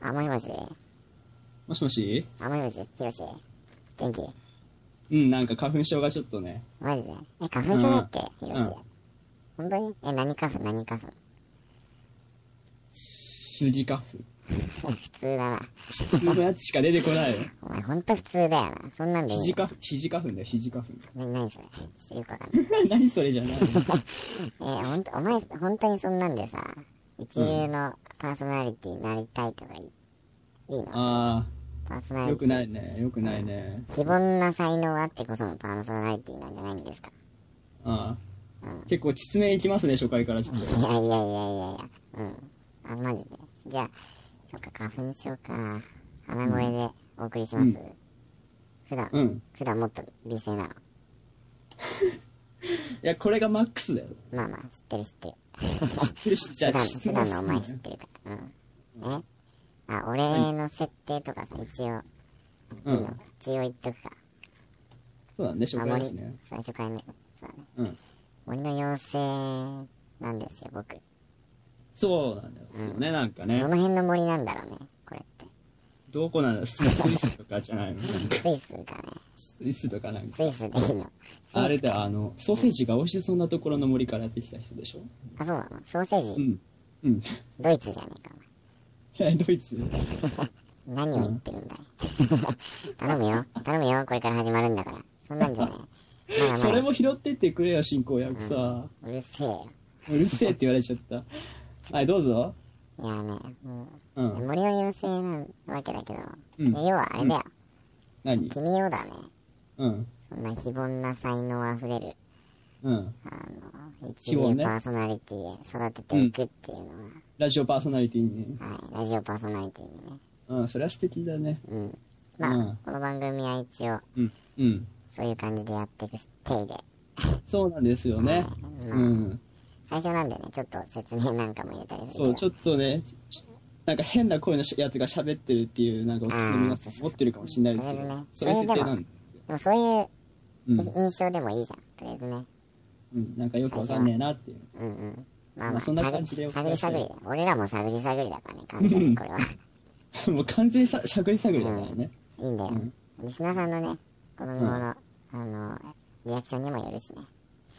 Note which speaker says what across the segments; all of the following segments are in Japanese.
Speaker 1: あ、もしもし。
Speaker 2: もしもし
Speaker 1: あ、もしもし。ひろし。元気
Speaker 2: うん、なんか花粉症がちょっとね。
Speaker 1: マジでえ、花粉症だっけひろ
Speaker 2: うん
Speaker 1: し。本当にえ、何花粉何花粉
Speaker 2: スギ花粉。
Speaker 1: 普通だな。
Speaker 2: 普通のやつしか出てこないよ。
Speaker 1: お前ほんと普通だよな。そんなんでいい
Speaker 2: 肘
Speaker 1: の
Speaker 2: 花粉、肘花粉だよ、肘花粉。
Speaker 1: な、何それちょっとよくわかんない。
Speaker 2: 何それじゃない
Speaker 1: えー、ほんと、お前、本当にそんなんでさ、一流のパーソナリティになりたいとかいい、いいの
Speaker 2: あ
Speaker 1: パーソナ
Speaker 2: あ、
Speaker 1: リ
Speaker 2: よ
Speaker 1: テ
Speaker 2: く
Speaker 1: ィ。
Speaker 2: ないね、よくないね。
Speaker 1: 非凡な才能あってこそのパーソナリティなんじゃないんですか
Speaker 2: ああ。結構、きつめいきますね、初回からちょっと。
Speaker 1: いやいやいやいやいや、うん。あ、マジで。じゃあ、そっか、花粉症か。鼻声でお送りします。
Speaker 2: うん
Speaker 1: 普段、
Speaker 2: うん。
Speaker 1: 普段もっと美声なの。
Speaker 2: いや、これがマックスだよ。
Speaker 1: まあまあ、知ってる知ってる。
Speaker 2: 知ってるし、じゃ
Speaker 1: 普
Speaker 2: あ
Speaker 1: 段、
Speaker 2: 知って
Speaker 1: 普
Speaker 2: ま
Speaker 1: 段
Speaker 2: す
Speaker 1: のお前知ってるから。うん。えあ、俺の設定とかさ、一応、
Speaker 2: う
Speaker 1: いいの
Speaker 2: ん。
Speaker 1: 一応言っとくか。
Speaker 2: そうだね、初
Speaker 1: まあ
Speaker 2: 回だし
Speaker 1: 森
Speaker 2: ね。、
Speaker 1: 最初からね。そうだね。
Speaker 2: うん。
Speaker 1: 森の妖精なんですよ、僕。
Speaker 2: そうなんですよね、なんかね
Speaker 1: ど。の辺の森なんだろうね、これって。
Speaker 2: どこなんだススイスとかじゃないのなんか
Speaker 1: スイスかね。
Speaker 2: スイスとかなんか。
Speaker 1: スイスでいいの。
Speaker 2: あれだよ、あの、ソーセージが美味しそうなところの森からやってきた人でしょ
Speaker 1: あ、そうなのソーセージ、
Speaker 2: うん。うん。い
Speaker 1: ドイツじゃねえか、
Speaker 2: や、 ドイツ。
Speaker 1: お前。何を言ってるんだい。 頼むよ。頼むよ。これから始まるんだから。そんなんじゃねえ。まだまだ。
Speaker 2: それも拾ってってくれよ、進行役さ。
Speaker 1: うるせえよ。
Speaker 2: うるせえって言われちゃ った。はい、どうぞ。
Speaker 1: いやね、も
Speaker 2: う
Speaker 1: う、
Speaker 2: ん。
Speaker 1: 森の妖精なわけだけど、
Speaker 2: うん
Speaker 1: 要はあれだよ。
Speaker 2: 何
Speaker 1: 君よだね。
Speaker 2: うん。
Speaker 1: そんな非凡な才能あふれる、
Speaker 2: うん。
Speaker 1: あの、一
Speaker 2: 非凡
Speaker 1: 流
Speaker 2: ね
Speaker 1: パーソナリティへ育てていくっていうのは、
Speaker 2: ラジオパーソナリティにね。
Speaker 1: はい、ラジオパーソナリティにね。
Speaker 2: うん、それは素敵だね。
Speaker 1: うん。まあ、
Speaker 2: うん
Speaker 1: この番組は一応、
Speaker 2: うん。うん。
Speaker 1: そういう感じでやっていく体で。
Speaker 2: そうなんですよね。うん。
Speaker 1: 最初なんでね、ちょっと説明なんかも入れたりす
Speaker 2: そう、
Speaker 1: る
Speaker 2: ち
Speaker 1: けど。
Speaker 2: ょっとね、ちちなんか変な声のしやつが喋ってるっていう、なんかお聞きの皆さん持ってるかもしれないですけど、そういう設定なんで。
Speaker 1: でもそういう
Speaker 2: う
Speaker 1: い
Speaker 2: ん。
Speaker 1: 印象でもいいじゃん。とりあえずね。
Speaker 2: うん。なんかよくわかんねえなっていう。
Speaker 1: うんうん。まあ
Speaker 2: ま
Speaker 1: ま
Speaker 2: あ
Speaker 1: あ、
Speaker 2: そんな
Speaker 1: 探
Speaker 2: 感
Speaker 1: り
Speaker 2: じでお
Speaker 1: 探
Speaker 2: 伝え
Speaker 1: り
Speaker 2: したい
Speaker 1: 探りだよ。俺らも探り探りだからね、完全にこれは。
Speaker 2: もう 完全にさしゃくり探りだからね。
Speaker 1: いいんだよ。リスナーさんのね、子供の、あの、リアクションにもよるしね。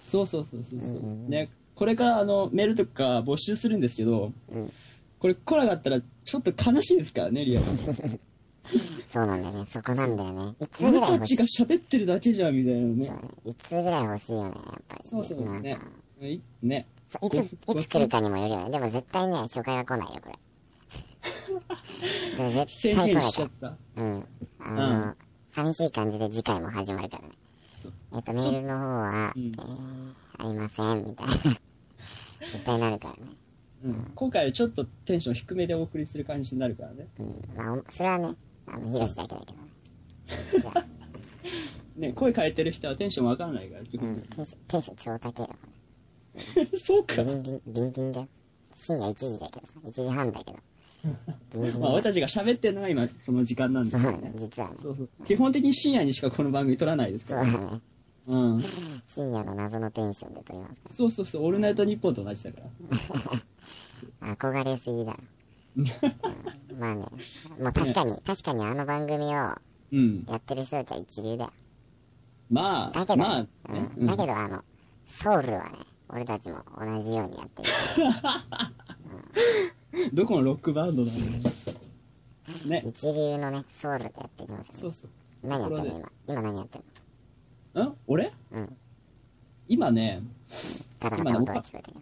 Speaker 2: そうそうそうそうそう
Speaker 1: うんうんうん
Speaker 2: ね、これからあのメールとか募集するんですけど、
Speaker 1: うん
Speaker 2: これ来なかったらちょっと悲しいですからね、リアルに。
Speaker 1: そうなんだよね。そこなんだよね。いつぐ
Speaker 2: 俺
Speaker 1: らい
Speaker 2: た
Speaker 1: 欲し
Speaker 2: ち
Speaker 1: い
Speaker 2: が喋ってるだけじゃん、みたいな
Speaker 1: そう
Speaker 2: ね。
Speaker 1: ねいつぐらい欲しいよね、やっぱり。
Speaker 2: そうそう
Speaker 1: リスナー
Speaker 2: ね
Speaker 1: さん。
Speaker 2: いね。
Speaker 1: そういつ、いつ来るかにもよるよね。でも絶対ね、初回は来ないよ、 これ。でも絶
Speaker 2: 制
Speaker 1: 対来な
Speaker 2: 限
Speaker 1: い
Speaker 2: し
Speaker 1: か
Speaker 2: ちゃ
Speaker 1: ら
Speaker 2: っ。た。
Speaker 1: うん。あの、
Speaker 2: う
Speaker 1: 寂しい感じで次回も始まるからね
Speaker 2: そう。
Speaker 1: えっ、と、メールの方は、
Speaker 2: うん
Speaker 1: えー、ありません、みた いな。絶対なるからね。
Speaker 2: うん、今回ちょっとテンション低めでお送りする感じになるからね。
Speaker 1: うん。まあお、それはね、あの、ヒロシだけだけどね。じゃあ、
Speaker 2: ね、声変えてる人はテンションわかんないから。
Speaker 1: うん。テンション、テンション超高いよ。
Speaker 2: そうか
Speaker 1: ギ。ンギン、ギンギンだよ。深夜1時だけどさ、1時半だけど。ギン ギンだ
Speaker 2: まあ、俺
Speaker 1: よ。
Speaker 2: たちが喋ってるのが今その時間なんで
Speaker 1: そう
Speaker 2: す
Speaker 1: な
Speaker 2: よ
Speaker 1: の
Speaker 2: ね。
Speaker 1: 実はね。
Speaker 2: そうそう。基本的に深夜にしかこの番組撮らないですか
Speaker 1: そうだ
Speaker 2: ら。
Speaker 1: ね。
Speaker 2: うん。
Speaker 1: 深夜の謎のテンションで撮りますか
Speaker 2: そうそうそう、オールナイトニッポンと同じだか
Speaker 1: ら。
Speaker 2: ら。
Speaker 1: 憧れすぎだろ。 うんまあね。もう確かに、確かにあの番組をや
Speaker 2: うん。
Speaker 1: ってる人たちは一流だよ。
Speaker 2: ま
Speaker 1: だけ
Speaker 2: あ、
Speaker 1: ど、
Speaker 2: まあ、ね
Speaker 1: う、
Speaker 2: うんん
Speaker 1: だけどあの、ソウルはね、俺たちも同じようにやってる。
Speaker 2: どこのロックバンドなんだろうね。
Speaker 1: 一流のね、ソウルでやっていきます、
Speaker 2: そ
Speaker 1: ね。
Speaker 2: うそ
Speaker 1: 何やってんの今。今何やってんの
Speaker 2: う。ん俺
Speaker 1: うん。
Speaker 2: 今ね、
Speaker 1: ガタガタ音が聞こえてくる。
Speaker 2: え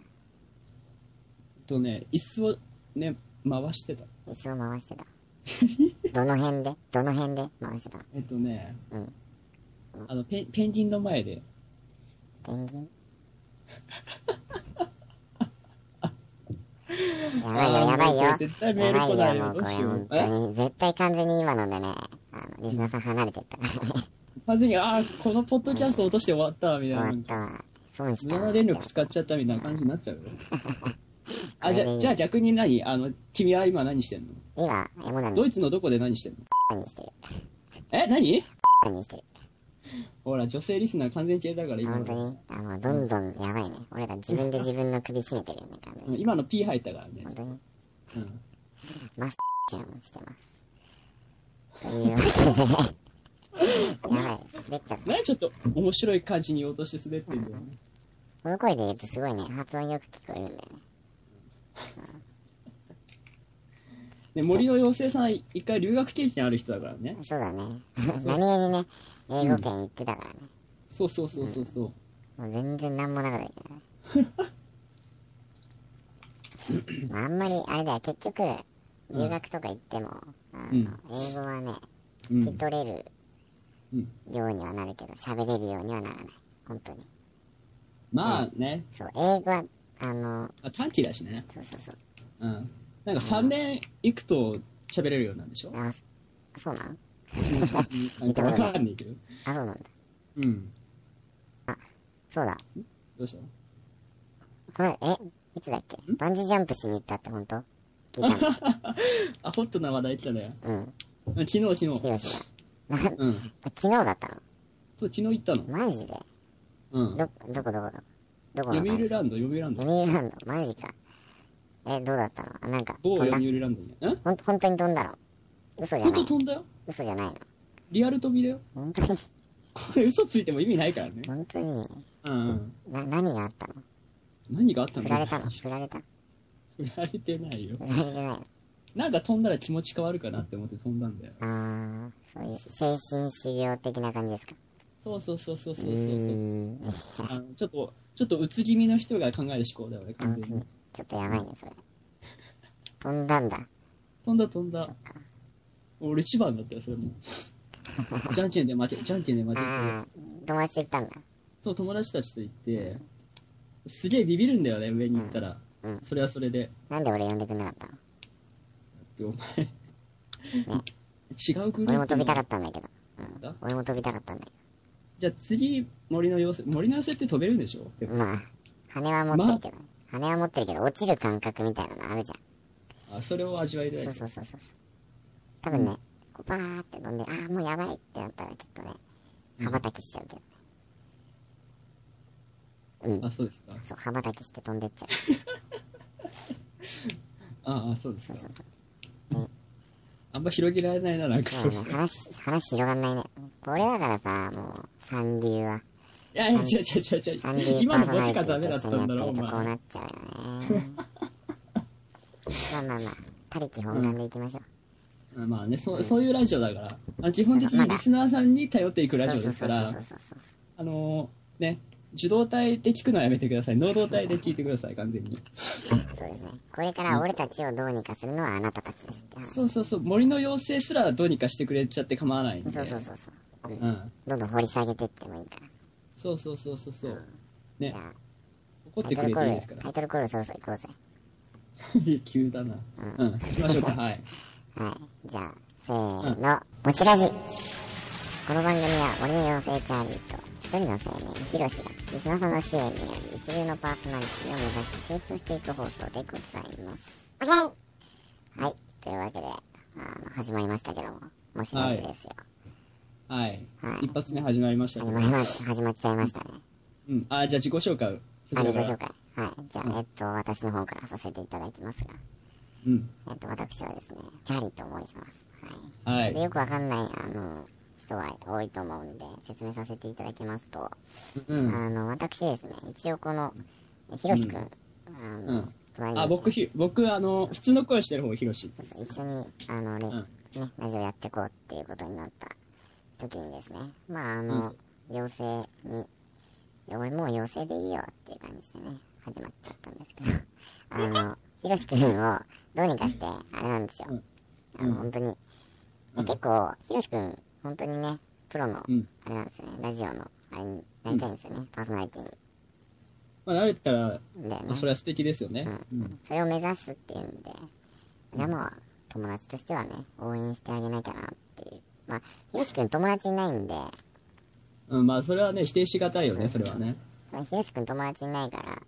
Speaker 2: っとね、椅子をね、回してた。
Speaker 1: 椅子を回してた。どの辺でどの辺で回してたの
Speaker 2: えっとね、
Speaker 1: うん
Speaker 2: あのペン、ペンギンの前で、
Speaker 1: ペン ギンやばいよ、やばいよ。
Speaker 2: あーもうこれ絶対メール来
Speaker 1: やば
Speaker 2: な
Speaker 1: い
Speaker 2: いよ
Speaker 1: よ、もうこれ
Speaker 2: どうしよう
Speaker 1: 本当に。絶対完全に今のでね、あの、リスナーさん離れてったからね。
Speaker 2: 完全に、ああ、このポッドキャスト落として終わったわ、み
Speaker 1: 終
Speaker 2: た
Speaker 1: わ
Speaker 2: い
Speaker 1: っ
Speaker 2: な。
Speaker 1: たわ。損し
Speaker 2: 無
Speaker 1: た
Speaker 2: 駄
Speaker 1: わ
Speaker 2: な。電力使っちゃったみたいな感じにな っちゃうよ。あ、じ
Speaker 1: これでい
Speaker 2: ゃ、
Speaker 1: い
Speaker 2: じゃあ逆に何あの、君は今何してんの
Speaker 1: 今、エモナミ
Speaker 2: ドイツのどこで何してんの
Speaker 1: にしてる。
Speaker 2: え、何
Speaker 1: にしてる。
Speaker 2: ほら、女性リスナー完全知恵だから今
Speaker 1: 本当にあ、もうどんどんやばいね。俺ら自分で自分の首絞めてるよね、完全
Speaker 2: うん
Speaker 1: に。
Speaker 2: 今の P 入ったからね
Speaker 1: 本。当に。
Speaker 2: うん。
Speaker 1: マスチュンしてます。というわけで、やばい、滑っちゃった。
Speaker 2: なんでちょっと面白い感じに言おうとして滑ってんだよね。
Speaker 1: この声で言うとすごいね、発音よく聞こえるんだよね。
Speaker 2: で、森の妖精さんは一回留学経験ある人だからね。
Speaker 1: そうだね。何気にね、英語圏行ってたからね。
Speaker 2: そうそうそうそうそう。
Speaker 1: もう全然何もなかったけ どね。まああんまり、あれだよ、結局、留学とか行っても、あの
Speaker 2: うん
Speaker 1: 英語はね、
Speaker 2: う
Speaker 1: 聞き
Speaker 2: ん。
Speaker 1: 取れる
Speaker 2: うん
Speaker 1: ようにはなるけど、喋れるようにはならない。本当に。
Speaker 2: まあね、
Speaker 1: そう、英語は、あの、
Speaker 2: あ短期だしね。
Speaker 1: そうそうそう。
Speaker 2: うん。なんか3年行くと喋れるようなんでしょ
Speaker 1: あ、そうなん
Speaker 2: なんかわかんないけど。
Speaker 1: あ、そうなんだ。
Speaker 2: うん。
Speaker 1: そうだ。
Speaker 2: どうしたの
Speaker 1: これ、え、いつだっけバンジージャンプしに行ったって本 当聞いたの
Speaker 2: あ、ホットな話題言ってたね。
Speaker 1: うん。
Speaker 2: うん昨日、昨日。
Speaker 1: ヒロシが。なん
Speaker 2: うん。
Speaker 1: 昨日だったの
Speaker 2: そう、昨日行ったの。
Speaker 1: マジで
Speaker 2: うん。
Speaker 1: ど、どこどこどこどこのバ
Speaker 2: 読
Speaker 1: ンジ
Speaker 2: 売
Speaker 1: ー
Speaker 2: ランド、読売ランド。
Speaker 1: 読売ランドマジか。え、どうだったのあなんか、
Speaker 2: 某
Speaker 1: 飛んだ
Speaker 2: 読売ランドに。ん
Speaker 1: ほん、本当に飛んだの嘘じゃ
Speaker 2: 本
Speaker 1: な
Speaker 2: 当
Speaker 1: い。
Speaker 2: 飛んだよ。
Speaker 1: 嘘じゃないの。
Speaker 2: リアル飛びだよ。
Speaker 1: 本当に、
Speaker 2: これ嘘ついても意味ないからね。
Speaker 1: 本当に、
Speaker 2: うんうん。
Speaker 1: な、何があったの
Speaker 2: 何があったの
Speaker 1: 振られたの振られた振
Speaker 2: 振られてないよ。
Speaker 1: られてないの
Speaker 2: なんか飛んだら気持ち変わるかなって思って飛んだんだよ。
Speaker 1: あー、そういう、精神修行的な感じですか
Speaker 2: そうそうそうそうそう
Speaker 1: う
Speaker 2: そうそう。
Speaker 1: ーん。
Speaker 2: あのちょっと、ちょっとうつ気味の人が考える思考だよね、
Speaker 1: あ、
Speaker 2: 完全に。
Speaker 1: ちょっとやばいね、それ。飛んだんだ。
Speaker 2: 飛んだ飛んだ。俺一番だったよ、そ れも。じゃんけんで負け、じゃんけんで負けて。
Speaker 1: ああ、友達と行ったんだ。
Speaker 2: そう、友達たちと行って、すげえビビるんだよね、上に行ったら。
Speaker 1: うんうん
Speaker 2: それはそれで。
Speaker 1: なんで俺呼んでくれなかったの
Speaker 2: お前、違うグループ
Speaker 1: 俺も飛びたかったんだけど。
Speaker 2: だ
Speaker 1: 俺も飛びたかったんだけ
Speaker 2: じゃあ次、森の妖精、森の妖精って飛べるんでしょで
Speaker 1: ど。
Speaker 2: も
Speaker 1: まあ、羽は持ってるけど、羽は持ってるけど、落ちる感覚みたいなのあるじ
Speaker 2: あ、それを味わいた
Speaker 1: ゃん。
Speaker 2: い
Speaker 1: そう。そうそうそう。多分ね、こうバーって飛んで、ああ、もうやばいってなったらきっとね、羽ばたきしちゃうけど。うん、
Speaker 2: あ、そうですか。
Speaker 1: そう、羽ばたきして飛んでっちゃう。
Speaker 2: ああ、そうです
Speaker 1: そう
Speaker 2: か
Speaker 1: そう。そう。
Speaker 2: あんま広げられないな、なんか
Speaker 1: そうだね、話、 話広がんないね。これだからさ、もう、三流は。
Speaker 2: いやいや、違う違う違う違う
Speaker 1: 三流。パ
Speaker 2: 今
Speaker 1: ー
Speaker 2: の
Speaker 1: ソ
Speaker 2: ボ
Speaker 1: ナ
Speaker 2: ケ
Speaker 1: リテ
Speaker 2: が
Speaker 1: ィ
Speaker 2: ダメ
Speaker 1: と一
Speaker 2: だった
Speaker 1: 緒にやって
Speaker 2: んだ
Speaker 1: る
Speaker 2: ろ、
Speaker 1: と
Speaker 2: お
Speaker 1: こう
Speaker 2: 前。
Speaker 1: なっちゃうよね。まあまあまあ、他力本願でいきましょう。
Speaker 2: うんまあね、そうそういうラジオだから。あの基本的にリスナーさんに頼っていくラジオです
Speaker 1: そ
Speaker 2: か
Speaker 1: うそ
Speaker 2: ら
Speaker 1: う、そうそう
Speaker 2: あのー、ね、受動体で聞くのはやめてください。能動体で聞いてください、完全に。
Speaker 1: そう。そうですね。これから俺たちをどうにかするのはあなたたちですって話。
Speaker 2: そうそうそう、森の妖精すらどうにかしてくれちゃって構わないんで。
Speaker 1: そうそうそうそう。うん
Speaker 2: うん。
Speaker 1: どんどん掘り下げてってもいいから。
Speaker 2: そうそうそうそうそう。
Speaker 1: じ
Speaker 2: ね
Speaker 1: ゃ、あ、
Speaker 2: 怒っ
Speaker 1: タ
Speaker 2: て
Speaker 1: イ
Speaker 2: く
Speaker 1: ト
Speaker 2: れ
Speaker 1: ル
Speaker 2: て
Speaker 1: コー
Speaker 2: るん
Speaker 1: ル
Speaker 2: ですか、
Speaker 1: タ
Speaker 2: ら
Speaker 1: イ。トルコールそろそろ行こうぜ。
Speaker 2: 急だな。うん、行きましょうか、はい。
Speaker 1: はい。じゃあ、せーの。もちラジこの番組は森の妖精チャーリーと一人の青年ヒロシがリスナーさんの支援により一流のパーソナリティを目指して成長していく放送でございます。はい。というわけで、あの、始まりましたけども、もしラジですよ。
Speaker 2: はい
Speaker 1: は。い
Speaker 2: 一発目始まりましたけ
Speaker 1: 始ま
Speaker 2: ど
Speaker 1: りま、始まっちゃいましたね。
Speaker 2: うん。あ、じゃあ自己紹介を。そ
Speaker 1: あ、
Speaker 2: ち
Speaker 1: 自
Speaker 2: ら
Speaker 1: 己紹
Speaker 2: から
Speaker 1: 介。はい。じゃあ、えっと、私の方からさせていただきますが、
Speaker 2: うん。
Speaker 1: えっと、私はですね、チャーリーと申します。はい。
Speaker 2: は
Speaker 1: ちょっと
Speaker 2: い。
Speaker 1: よくわかんないあの人は多いと思うんで説明させていただきますと、
Speaker 2: うん。
Speaker 1: あの私ですね一応このひろしくん、あの
Speaker 2: うん
Speaker 1: 隣に
Speaker 2: あ、僕、ひ僕、あの、普通の声してる方、ヒロシ。
Speaker 1: 一緒にあの、ねね、ラジオやってこうっていうことになった時にですねまああの、妖精にいや俺もう妖精でいいよっていう感じでね始まっちゃったんです けどあのひろしくんをどうにかしてあれなんですよ、
Speaker 2: うん
Speaker 1: あの本当に、
Speaker 2: うん
Speaker 1: 結構ひろしくん本当にねプロの
Speaker 2: うん
Speaker 1: あれなんですよねラジオのあれになりたいんですよね、パーソナリティ
Speaker 2: まあ、慣れたら、
Speaker 1: にだよ
Speaker 2: まあ
Speaker 1: ね
Speaker 2: それは素敵ですよね。うん。
Speaker 1: それを目指すっていうんで、でも、友達としてはね、応援してあげなきゃなっていう。まあ、ひろしくん友達いないんで、
Speaker 2: うん、まあ、それはね、否定しがたいよね、それはね。
Speaker 1: まあひろしくん友達いないから、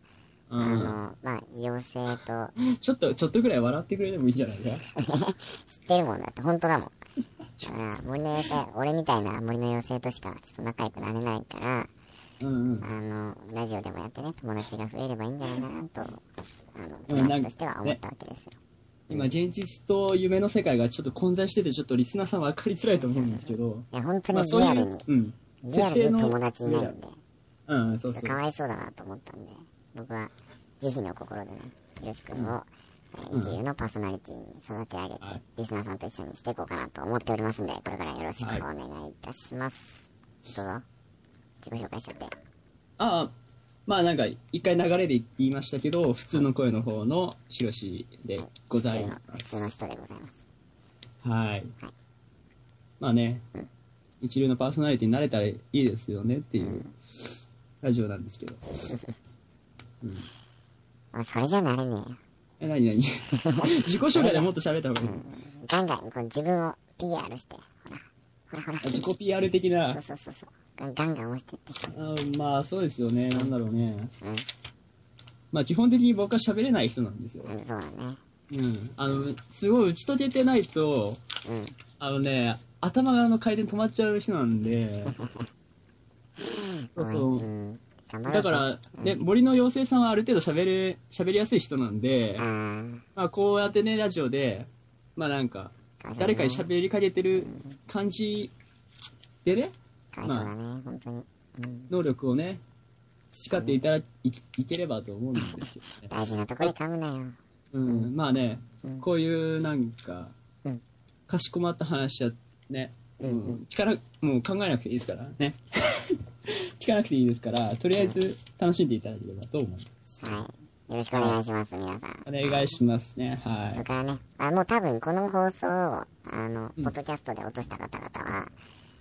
Speaker 2: う
Speaker 1: あ
Speaker 2: ん。
Speaker 1: の、まあ、妖精と、
Speaker 2: ちょっと、ちょっとぐらい笑ってくれてもいいんじゃないか。
Speaker 1: 知ってるもんだって、本当だもん。だから、森の妖精、俺みたいな森の妖精としかちょっと仲良くなれないから、
Speaker 2: うんうん
Speaker 1: あの、ラジオでもやってね、友達が増えればいいんじゃないかなと、あ
Speaker 2: う
Speaker 1: の、
Speaker 2: ん
Speaker 1: 友
Speaker 2: な
Speaker 1: 達
Speaker 2: んか
Speaker 1: としては思ったわけですよ。
Speaker 2: 今現実と夢の世界がちょっと混在しててちょっとリスナーさん分かりづらいと思うんですけど
Speaker 1: いや、本当
Speaker 2: まあ
Speaker 1: に
Speaker 2: そう
Speaker 1: リア
Speaker 2: い
Speaker 1: ル
Speaker 2: う
Speaker 1: に、、
Speaker 2: うん、
Speaker 1: リアルに友達いないんで、
Speaker 2: うんうん、そ
Speaker 1: ちょ
Speaker 2: う
Speaker 1: っ
Speaker 2: そ
Speaker 1: と
Speaker 2: う
Speaker 1: かわいそうだなと思ったんで、僕は、慈悲の心でね、ひろし君を、えー
Speaker 2: うん
Speaker 1: 一流のパーソナリティに育て上げて
Speaker 2: はい、
Speaker 1: リスナーさんと一緒にしていこうかなと思っておりますんで、これからよろしくお
Speaker 2: はい
Speaker 1: 願いいたします。どうぞ。自己紹介しちゃって。
Speaker 2: ああまあなんか一回流れで言いましたけど普通の声の方のヒロシでございま
Speaker 1: 普通の人でございます。
Speaker 2: すはいまあね一流のパーソナリティになれたらいいですよねっていうラジオなんですけど
Speaker 1: お前それじゃなれねえよ。
Speaker 2: え何 何自己紹介でもっと喋った方がいい
Speaker 1: ガンガンこう自分を PR して、ほら、ほら
Speaker 2: あ
Speaker 1: ほ
Speaker 2: 自己 PR 的な
Speaker 1: ら、そうそうそうそう、ガンガンガン押してって。
Speaker 2: うんまあそうですよねなんだろうね
Speaker 1: うん、
Speaker 2: まあ基本的に僕は喋れない人なんですよ
Speaker 1: うんそうだね。
Speaker 2: うんあのすごい打ち解けてないと
Speaker 1: うん。
Speaker 2: あのね頭があの回転止まっちゃう人な んでそうそ
Speaker 1: おいううん。頑張ろう
Speaker 2: だから、ね、森の妖精さんはある程度喋れ喋りやすい人なんで
Speaker 1: あ、ー
Speaker 2: まあ、こうやってねラジオでまあなんか誰かに喋りかけてる感じでね
Speaker 1: かわいそうだね、本当に。うん。
Speaker 2: 能力をね培っていただいいければと思うんですよね
Speaker 1: 大事なとこで噛むなよ。
Speaker 2: うん、まあね、
Speaker 1: うん
Speaker 2: こういうなんか、
Speaker 1: うん
Speaker 2: かしこまった話はね、
Speaker 1: うん
Speaker 2: もう力もう考えなくていいですからね 聞かなくていいですからとりあえず楽しんでいただければと思います
Speaker 1: はい。よろしくお願いします、皆さん。
Speaker 2: お願いしますねは
Speaker 1: それ
Speaker 2: い
Speaker 1: からね、あもう多分この放送を、あの、
Speaker 2: うん
Speaker 1: ポッドキャストで落とした方々は、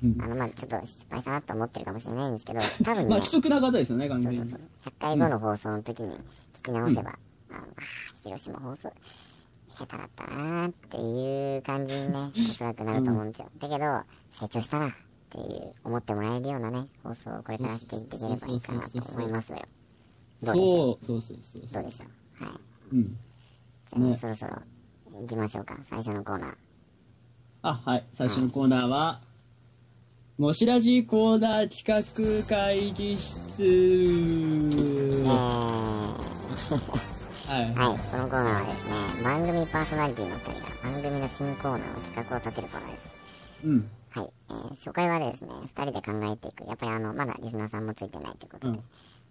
Speaker 2: うん
Speaker 1: あの、まあちょっと失敗したなと思ってるかもしれないんですけど、多分
Speaker 2: まあ
Speaker 1: ね、
Speaker 2: 不足な方ですよね完
Speaker 1: そ
Speaker 2: 全
Speaker 1: う
Speaker 2: に
Speaker 1: そうそう。100回後の放送の時に聞き直せば、あの、あー広島放送、下手だったなーっていう感じにね、おそらくなると思うんですよ。だけど、成長したなっていう、思ってもらえるようなね、放送をこれからしていっていければいいかなと思いますよ。どうでしょ
Speaker 2: そうそうそうそう
Speaker 1: う
Speaker 2: そ
Speaker 1: ど
Speaker 2: う
Speaker 1: うでしょうはい。
Speaker 2: うん
Speaker 1: じゃあね、
Speaker 2: ね
Speaker 1: そろそろ行きましょうか。最初のコーナー。
Speaker 2: あはい最初のコーナーは「もしらじコーナー企画会議室
Speaker 1: え」ー、
Speaker 2: は
Speaker 1: は
Speaker 2: い
Speaker 1: い、このコーナーはですね、番組パーソナリティの2人が番組の新コーナーの企画を立てるコーナーです。
Speaker 2: うん
Speaker 1: はい、えー初回はですね、2人で考えていく、やっぱりあのまだリスナーさんもついてないというこ
Speaker 2: う
Speaker 1: とで、
Speaker 2: ん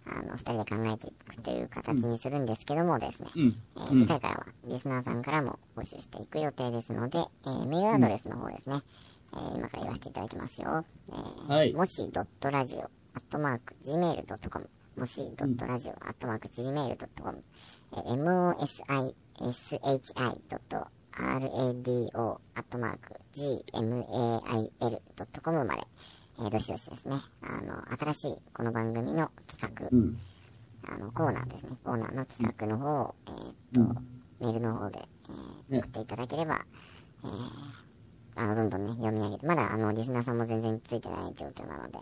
Speaker 1: あの2人で考えていくという形にするんですけどもですね、
Speaker 2: うん
Speaker 1: えー
Speaker 2: うん
Speaker 1: 次回からはリスナーさんからも募集していく予定ですので、えーメールアドレスの方ですね、えー今から言わせていただきますよ。えー
Speaker 2: はい
Speaker 1: もしドットラジオ、アットマーク、gmail.com、もしドットラジオ、アットマーク、gmail.com、えー mosishi.radio、アットマーク、gmail.com まで、えーどしどしですね、あの、新しいこの番組の企画、
Speaker 2: うん
Speaker 1: あの、コーナーですね、コーナーの企画の方を、えー
Speaker 2: うん
Speaker 1: メールの方で、えー
Speaker 2: ね
Speaker 1: 送っていただければ、えーあのどんどんね読み上げてまだあのリスナーさんも全然ついてない状況なので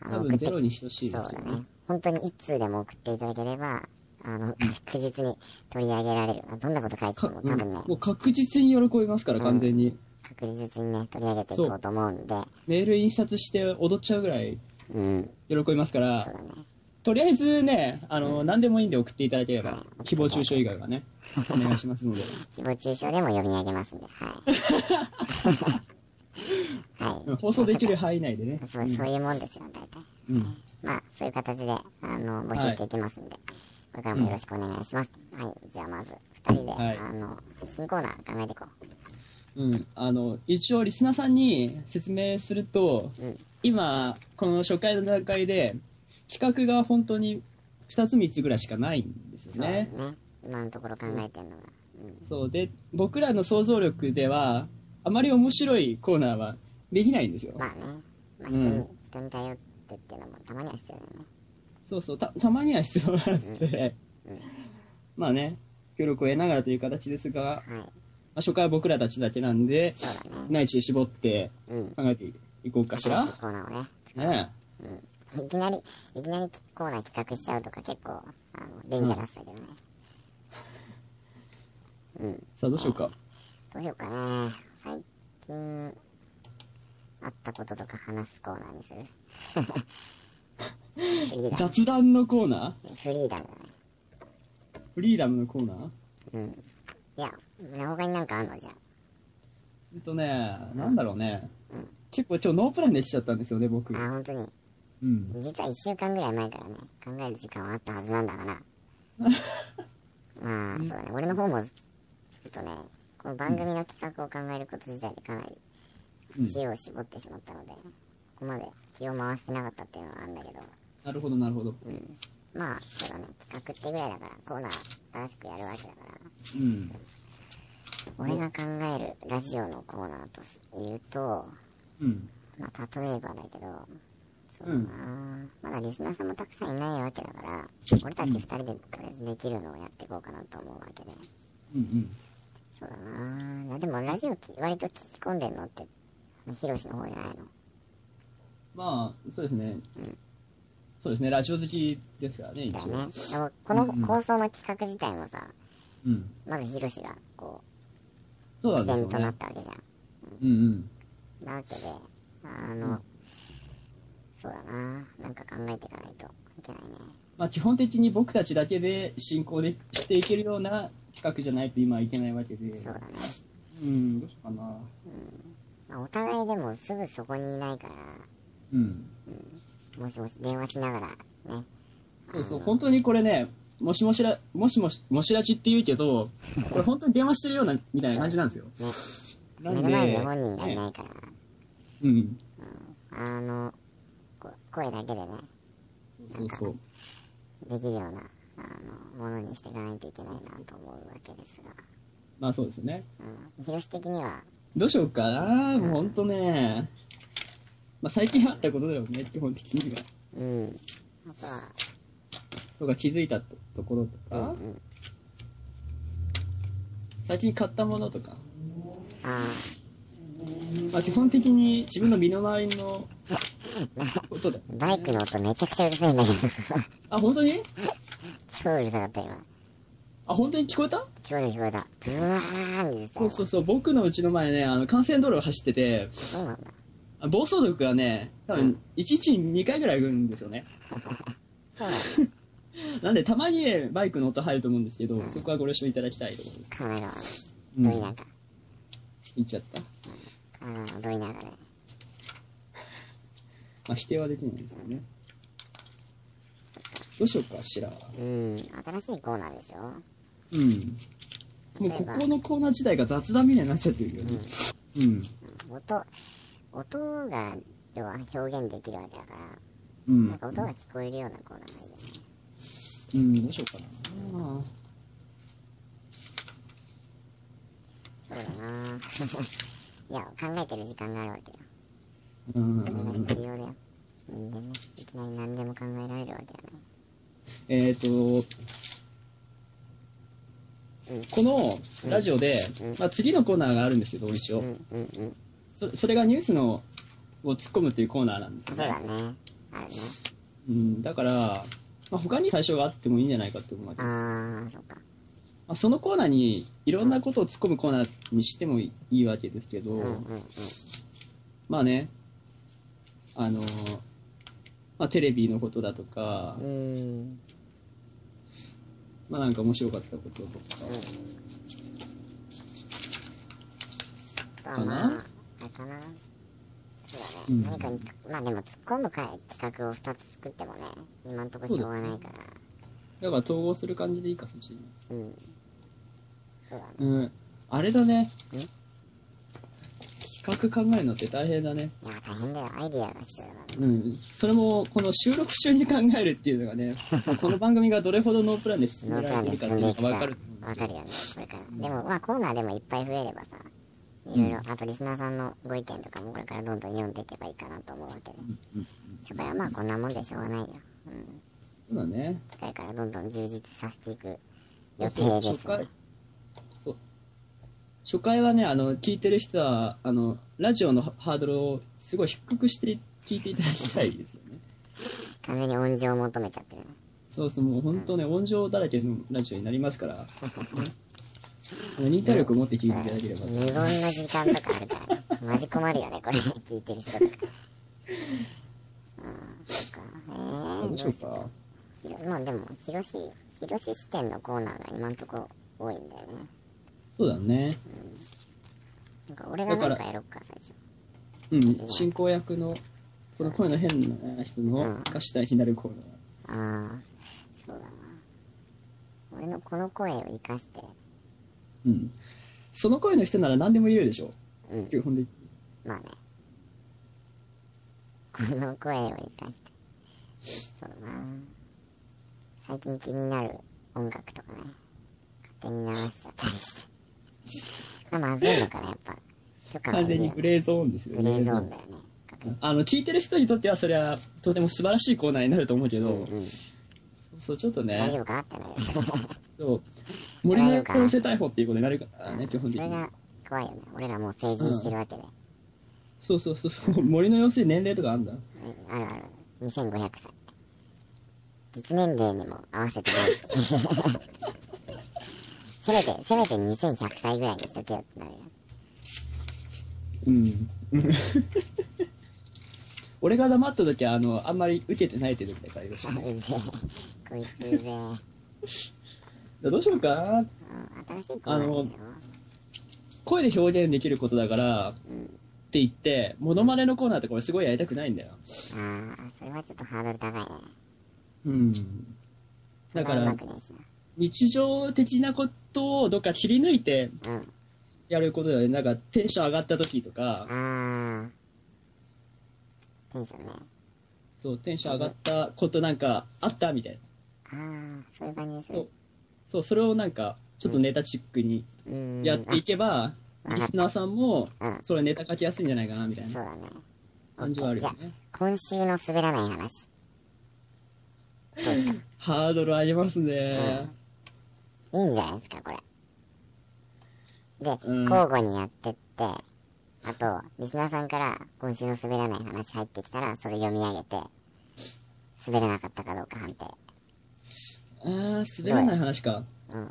Speaker 1: あの
Speaker 2: 多分ゼロに等しい
Speaker 1: そ
Speaker 2: で
Speaker 1: う
Speaker 2: す
Speaker 1: だ
Speaker 2: よ
Speaker 1: ね本当に1通でも送っていただければあの 確実に取り上げられるあどんなこと書いて
Speaker 2: か
Speaker 1: ても多分ね
Speaker 2: もう確実に喜びますから、完全に。
Speaker 1: 確実にね取り上げていこうと思うんで
Speaker 2: メール印刷して踊っちゃうぐらい
Speaker 1: うん
Speaker 2: 喜びますか
Speaker 1: そう
Speaker 2: ら、
Speaker 1: だね
Speaker 2: とりあえずね、あの、何でもいいんで送っていただければ、
Speaker 1: はい
Speaker 2: 誹謗中傷以外 はね、お願いしますので。
Speaker 1: 誹謗中傷でも読み上げますんではいは
Speaker 2: う
Speaker 1: い
Speaker 2: ん放送できる範囲内でね。
Speaker 1: そうそういうもんですよ大体
Speaker 2: うん。
Speaker 1: まあ、そういう形で、あの、募集していきますんで、これからもよろしくお願いします。はい、じゃあまず、二人で、
Speaker 2: はい
Speaker 1: あの、新コーナー考えていこう。
Speaker 2: うん。あの、一応リスナーさんに説明すると、
Speaker 1: うん
Speaker 2: 今、この初回の段階で、企画が本当に2つ3つぐらいしかないんですよ
Speaker 1: そう
Speaker 2: ね。
Speaker 1: ね。今のところ考えてるのが。
Speaker 2: そうで僕らの想像力ではあまり面白いコーナーはできないんですよ、
Speaker 1: まあね、まあ
Speaker 2: うん
Speaker 1: 人に、人に頼ってっていうのもたまには必要だよね。
Speaker 2: そうそうたたまには必要なんで、まあね協力を得ながらという形ですが、ま
Speaker 1: はい、
Speaker 2: あ、初回は僕らたちだけなんで
Speaker 1: そうだね。
Speaker 2: 内地絞って
Speaker 1: うん。
Speaker 2: 考えていこうかし
Speaker 1: 新しい
Speaker 2: ら、
Speaker 1: コーナーをね。
Speaker 2: ね
Speaker 1: いきなり、いきなりコーナー企画しちゃうとか結構、あの、デンジャラスだけどね。
Speaker 2: え、さあどうしようか
Speaker 1: どうしようかね。最近、あったこととか話すコーナーにする フリーダム。
Speaker 2: 雑談のコーナー
Speaker 1: フリーダムだね。
Speaker 2: フリーダムのコーナー
Speaker 1: うん。いや、他になんかあんのじゃあ。
Speaker 2: えっとね、なんだろうね。結構今日ノープランで来ちゃったんですよね、僕。
Speaker 1: あ、本当に。
Speaker 2: うん。
Speaker 1: 実は1週間ぐらい前からね、考える時間はあったはずなんだが な。まあ、そうだね。俺の方も、ちょっとね、この番組の企画を考えること自体でかな
Speaker 2: うん
Speaker 1: り、知恵を絞ってしまったので、ここまで気を回してなかったっていうのはあるんだけど、
Speaker 2: なるほど、なるほど。
Speaker 1: まあ、そうだね。企画ってぐらいだから、コーナー新しくやるわけだから、
Speaker 2: うん。
Speaker 1: 俺が考えるラジオのコーナーと言うと、
Speaker 2: うん。
Speaker 1: まあ、例えばだけど、そうだな、
Speaker 2: うん
Speaker 1: まだリスナーさんもたくさんいないわけだから、俺たち二人でとりあえずできるのをやっていこうかなと思うわけで。
Speaker 2: うんうん。
Speaker 1: そうだないや、でもラジオき割と聞き込んでんのって、あのヒロシの方じゃないの
Speaker 2: まあ、そうですね。そうですね、ラジオ好きですからね、一
Speaker 1: だよ
Speaker 2: 応。
Speaker 1: ね。でも、この
Speaker 2: うんうん
Speaker 1: 放送の企画自体もさ、
Speaker 2: うん。
Speaker 1: まずヒロシが、こ
Speaker 2: そう
Speaker 1: う、
Speaker 2: な
Speaker 1: 起
Speaker 2: んで
Speaker 1: 点と
Speaker 2: すよ
Speaker 1: なっ
Speaker 2: ね。
Speaker 1: たわけじゃん。
Speaker 2: うんうん。
Speaker 1: なわけで、あの、
Speaker 2: うん
Speaker 1: そうだななんか考えていかないといけないね。
Speaker 2: まあ、基本的に僕たちだけで進行でしていけるような企画じゃないと今はいけないわけで。
Speaker 1: そうだね。
Speaker 2: うん、どうしようかな。
Speaker 1: まあ、お互いでもすぐそこにいないから、
Speaker 2: うん。
Speaker 1: もしもし電話しながらね。
Speaker 2: そうそう、本当にこれね、もしもしら、もしもし、もしらちって言うけど、これ本当に電話してるような、みたいな感じなんですよ。な
Speaker 1: 目
Speaker 2: ん
Speaker 1: の
Speaker 2: で、
Speaker 1: 前に本人がい
Speaker 2: ね
Speaker 1: ないから、
Speaker 2: うん。
Speaker 1: あの、こ声だけでね、
Speaker 2: そうそう。
Speaker 1: できるような、あの、ものにしていかないといけないなと思うわけですが。
Speaker 2: まあそうですね。
Speaker 1: うん。広し的には、
Speaker 2: どうしようかな、もう本当ね。まあ最近あったことだよね、基本的には。
Speaker 1: うん。あとは、
Speaker 2: とか気づいたとところとか、最近買ったものとか。
Speaker 1: あ
Speaker 2: まあ基本的に自分の身の回りのことだ。
Speaker 1: ーバイクの音めちゃくちゃうるさいんだけど、
Speaker 2: あ、本当に
Speaker 1: 超うるさかった今。
Speaker 2: あ、本当に聞こえた
Speaker 1: 聞こえた聞こえた。ブワーンって出てた
Speaker 2: そう
Speaker 1: よ。
Speaker 2: そうそう、僕のうちの前ね、あの、幹線道路を走ってて、
Speaker 1: そうなんだ。
Speaker 2: あ暴走族がね、多分、1日に2回ぐらい来るんですよね。 なんで、たまにね、バイクの音入ると思うんですけど、そこはご了承いただきたいところです。
Speaker 1: 神奈
Speaker 2: う
Speaker 1: 川の、ど
Speaker 2: ん
Speaker 1: 田舎。
Speaker 2: 言っちゃった。
Speaker 1: 神奈川のど田舎で。
Speaker 2: まあ、否定はできないですよね。どうしようかしら。
Speaker 1: うん。新しいコーナーでしょ
Speaker 2: うん。もう、ここのコーナー自体が雑談みたいになっちゃってるよね。うん。
Speaker 1: 音音が要は表現できるわけだから、
Speaker 2: う
Speaker 1: なん
Speaker 2: ん。
Speaker 1: か音が聞こえるようなコーナーがいいよね
Speaker 2: うん、どうしようかな。
Speaker 1: そうだないや考えてる時間があるわけよそ
Speaker 2: う
Speaker 1: れが
Speaker 2: ん。
Speaker 1: 必要だよ人間ねいきなり何でも考えられるわけだね
Speaker 2: えっ、と、
Speaker 1: うん
Speaker 2: このラジオで、まあ、次のコーナーがあるんですけど、一応、
Speaker 1: うんうんうん
Speaker 2: そそれがニュースのを突っ込むっていうコーナーなんです
Speaker 1: そ
Speaker 2: よ
Speaker 1: うだ
Speaker 2: ね。
Speaker 1: ねあるね
Speaker 2: うん、だから、まあ、他に対象があってもいいんじゃないかと思うわけです。ま
Speaker 1: ああそっか
Speaker 2: あ、そのコーナーにいろんなことを突っ込むコーナーにしてもいいわけですけど、
Speaker 1: うんうんうん
Speaker 2: まあね、あのーまあ、テレビのことだとか
Speaker 1: う、ーん
Speaker 2: まあなんか面白かったこととか、
Speaker 1: あとはまああれかなそうだね、
Speaker 2: うん
Speaker 1: 何かにつまあでも突っ込む回企画を2つ作ってもね今んとこしょうがないから
Speaker 2: だから統合する感じでいいか、そっちに。
Speaker 1: うんそうだね
Speaker 2: うん、あれだね
Speaker 1: ん。
Speaker 2: 企画考えるのって大変だね。
Speaker 1: いや大変だよアイディアが必要だな
Speaker 2: うん。それも、この収録中に考えるっていうのが ね、この番組がどれほどノープランで進
Speaker 1: ノー
Speaker 2: め
Speaker 1: プ
Speaker 2: ら
Speaker 1: ラ
Speaker 2: れ
Speaker 1: ン
Speaker 2: て
Speaker 1: で
Speaker 2: るかっ
Speaker 1: 進んでい
Speaker 2: ていう
Speaker 1: く
Speaker 2: のがわ
Speaker 1: か
Speaker 2: かる。
Speaker 1: らわかるよねこれからでもまあコーナーでもいっぱい増えればさいろいろあとリスナーさんのご意見とかもこれからどんどん読んでいけばいいかなと思うわけで初回はまあこんなもんでしょうがないよ
Speaker 2: そうだね。
Speaker 1: 次回からどんどん充実させていく予
Speaker 2: そう
Speaker 1: 定で
Speaker 2: 初
Speaker 1: すね
Speaker 2: 回。そう。初回はね、あの、聞いてる人は、あの、ラジオのハードルをすごい低くして聞いていただきたいですよね。
Speaker 1: 完全に温情を求めちゃってるね
Speaker 2: そうそう、もう本当ね、温情だらけのラジオになりますから。忍耐力を持って聞いていただければ。
Speaker 1: 無言の時間とかあるからね。マジ困るよね、これ。聞いてる人とか。うん、そっか。えー、
Speaker 2: どうしようか。
Speaker 1: ひろまあでも、広し、広し視点のコーナーが今んとこ多いんだよね。
Speaker 2: そうだね。
Speaker 1: なんか俺がなん
Speaker 2: だ
Speaker 1: か
Speaker 2: か
Speaker 1: やろっか、最初。
Speaker 2: うん、進行役の、この声の変な人の歌詞対になるコーナ
Speaker 1: あ
Speaker 2: ー。
Speaker 1: あ、そうだな。俺のこの声を生かして、
Speaker 2: うん。その声の人なら何でも言えるでしょ。
Speaker 1: うん、
Speaker 2: 基本で。
Speaker 1: まあね。この声を生かして。そうだな。最近気になる音楽とかね。勝手に流しちゃったりして。まあまずいのかな、やっぱ。許可はいる
Speaker 2: 完全
Speaker 1: よ
Speaker 2: に
Speaker 1: ね
Speaker 2: グレーゾーンですよ
Speaker 1: グ
Speaker 2: ね。
Speaker 1: レーゾーンだよね。
Speaker 2: あの、聞いてる人にとってはそれはとても素晴らしいコーナーになると思うけど、
Speaker 1: うん、
Speaker 2: そう、ちょっと
Speaker 1: 大
Speaker 2: ね、
Speaker 1: 丈夫かってなるよね。
Speaker 2: そう森の殺せ逮捕っていうことになるからね、基本
Speaker 1: そ
Speaker 2: 的
Speaker 1: れ
Speaker 2: に。
Speaker 1: が怖いよね。俺らもう成人してるわけで。
Speaker 2: そうそうそうそう、 森の妖精年齢とかあんだ。
Speaker 1: うんあるある。2500歳。実年齢にも合わせてない。 せめて、せめて2100歳ぐらいにしとけよってなるよ。
Speaker 2: うん。俺が黙った時は、あの、あんまり受けてないって時だからよろしく
Speaker 1: あ
Speaker 2: ね。
Speaker 1: うぜえ。こいつうぜえ。うん
Speaker 2: じゃあどうしようかな。
Speaker 1: 新しいコーナーでしょ
Speaker 2: 声で表現できることだから、って言って、モノマネのコーナーってこれすごいやりたくないんだよ。
Speaker 1: ああ、それはちょっとハードル高いね。
Speaker 2: うん。だから
Speaker 1: そんなうまくねえし
Speaker 2: 日常的なことをどっか切り抜いて
Speaker 1: な。うん。
Speaker 2: やることだよね。なんかテンション上がった時とか、
Speaker 1: ああ。テンションね。
Speaker 2: そう、テンション上がったことなんかあったみたいな。
Speaker 1: ああ、そういう感じにす
Speaker 2: そ
Speaker 1: る
Speaker 2: う。。そう、それをなんか、ちょっとネタチックに
Speaker 1: うーん。
Speaker 2: やっていけば、
Speaker 1: うん
Speaker 2: リスナーさんも
Speaker 1: うん、
Speaker 2: それネタ書きやすいんじゃないかな、みたい
Speaker 1: そう
Speaker 2: な
Speaker 1: だね。
Speaker 2: 感じはあるよ
Speaker 1: じゃ
Speaker 2: ね。
Speaker 1: 今週の滑らない話。どうですか
Speaker 2: ハードル上げますね。
Speaker 1: いいんじゃないですか、これ。で、
Speaker 2: うん
Speaker 1: 交互にやってって、あと、リスナーさんから今週の滑らない話入ってきたら、それ読み上げて、滑らなかったかどうか判定。
Speaker 2: あー、滑らない話か。
Speaker 1: うん。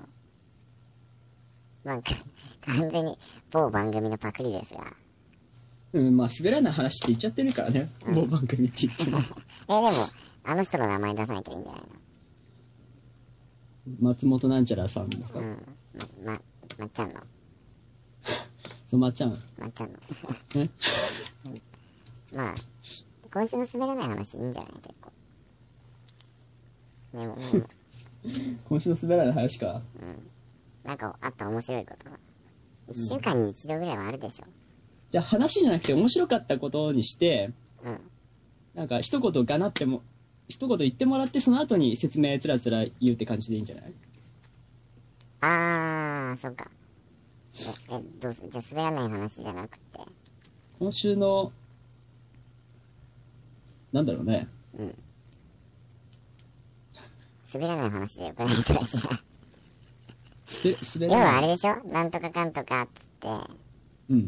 Speaker 1: なんか、 完全に某番組のパクリですが。
Speaker 2: うん、まあ、滑らない話って言っちゃってるからね。もう番組って 言っても。
Speaker 1: え、でも、あの人の名前出さなきゃいいんじゃない
Speaker 2: 松本なんちゃらさんですか
Speaker 1: の。うん。ま、ま、まっちゃんの。
Speaker 2: そう、まっちゃん。
Speaker 1: まっちゃんの。
Speaker 2: ね。
Speaker 1: まあ、今週の滑らない話いいんじゃない結構。でも、でも
Speaker 2: 今週の滑らない話か。
Speaker 1: なんかあった面白いことさ。一週間に一度ぐらいはあるでしょ。
Speaker 2: じゃあ話じゃなくて面白かったことにして、
Speaker 1: うん。
Speaker 2: なんか一言がなっても、一言言ってもらって、その後に説明つらつら言うって感じでいいんじゃない
Speaker 1: あー、そっか。え、え、どうすじゃあ滑らない話じゃなくて。
Speaker 2: 今週の、なんだろうね。
Speaker 1: 滑らない話でよくないそれじゃあ。
Speaker 2: すべ、すべ
Speaker 1: 要はあれでしょなんとかかんとかっつっ
Speaker 2: うん。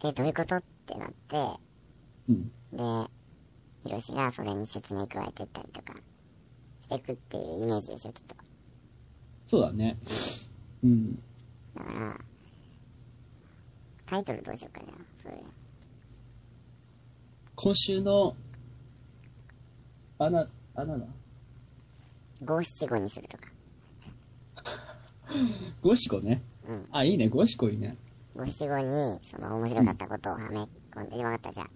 Speaker 1: て、え、どういうことってなって、
Speaker 2: うん。
Speaker 1: で、ヒロシがそれに説明加えてったりとか、していくっていうイメージでしょ、きっと。
Speaker 2: そうだね。うん。
Speaker 1: だから、タイトルどうしようかじゃあ、そういう。
Speaker 2: 今週の、あな、あなだ。
Speaker 1: 五七五にするとか。
Speaker 2: 五子ね。
Speaker 1: うん
Speaker 2: あ、いいね。五子いいね。
Speaker 1: 五七五に、その面白かったことをはめ込んで、わかった、じゃあ。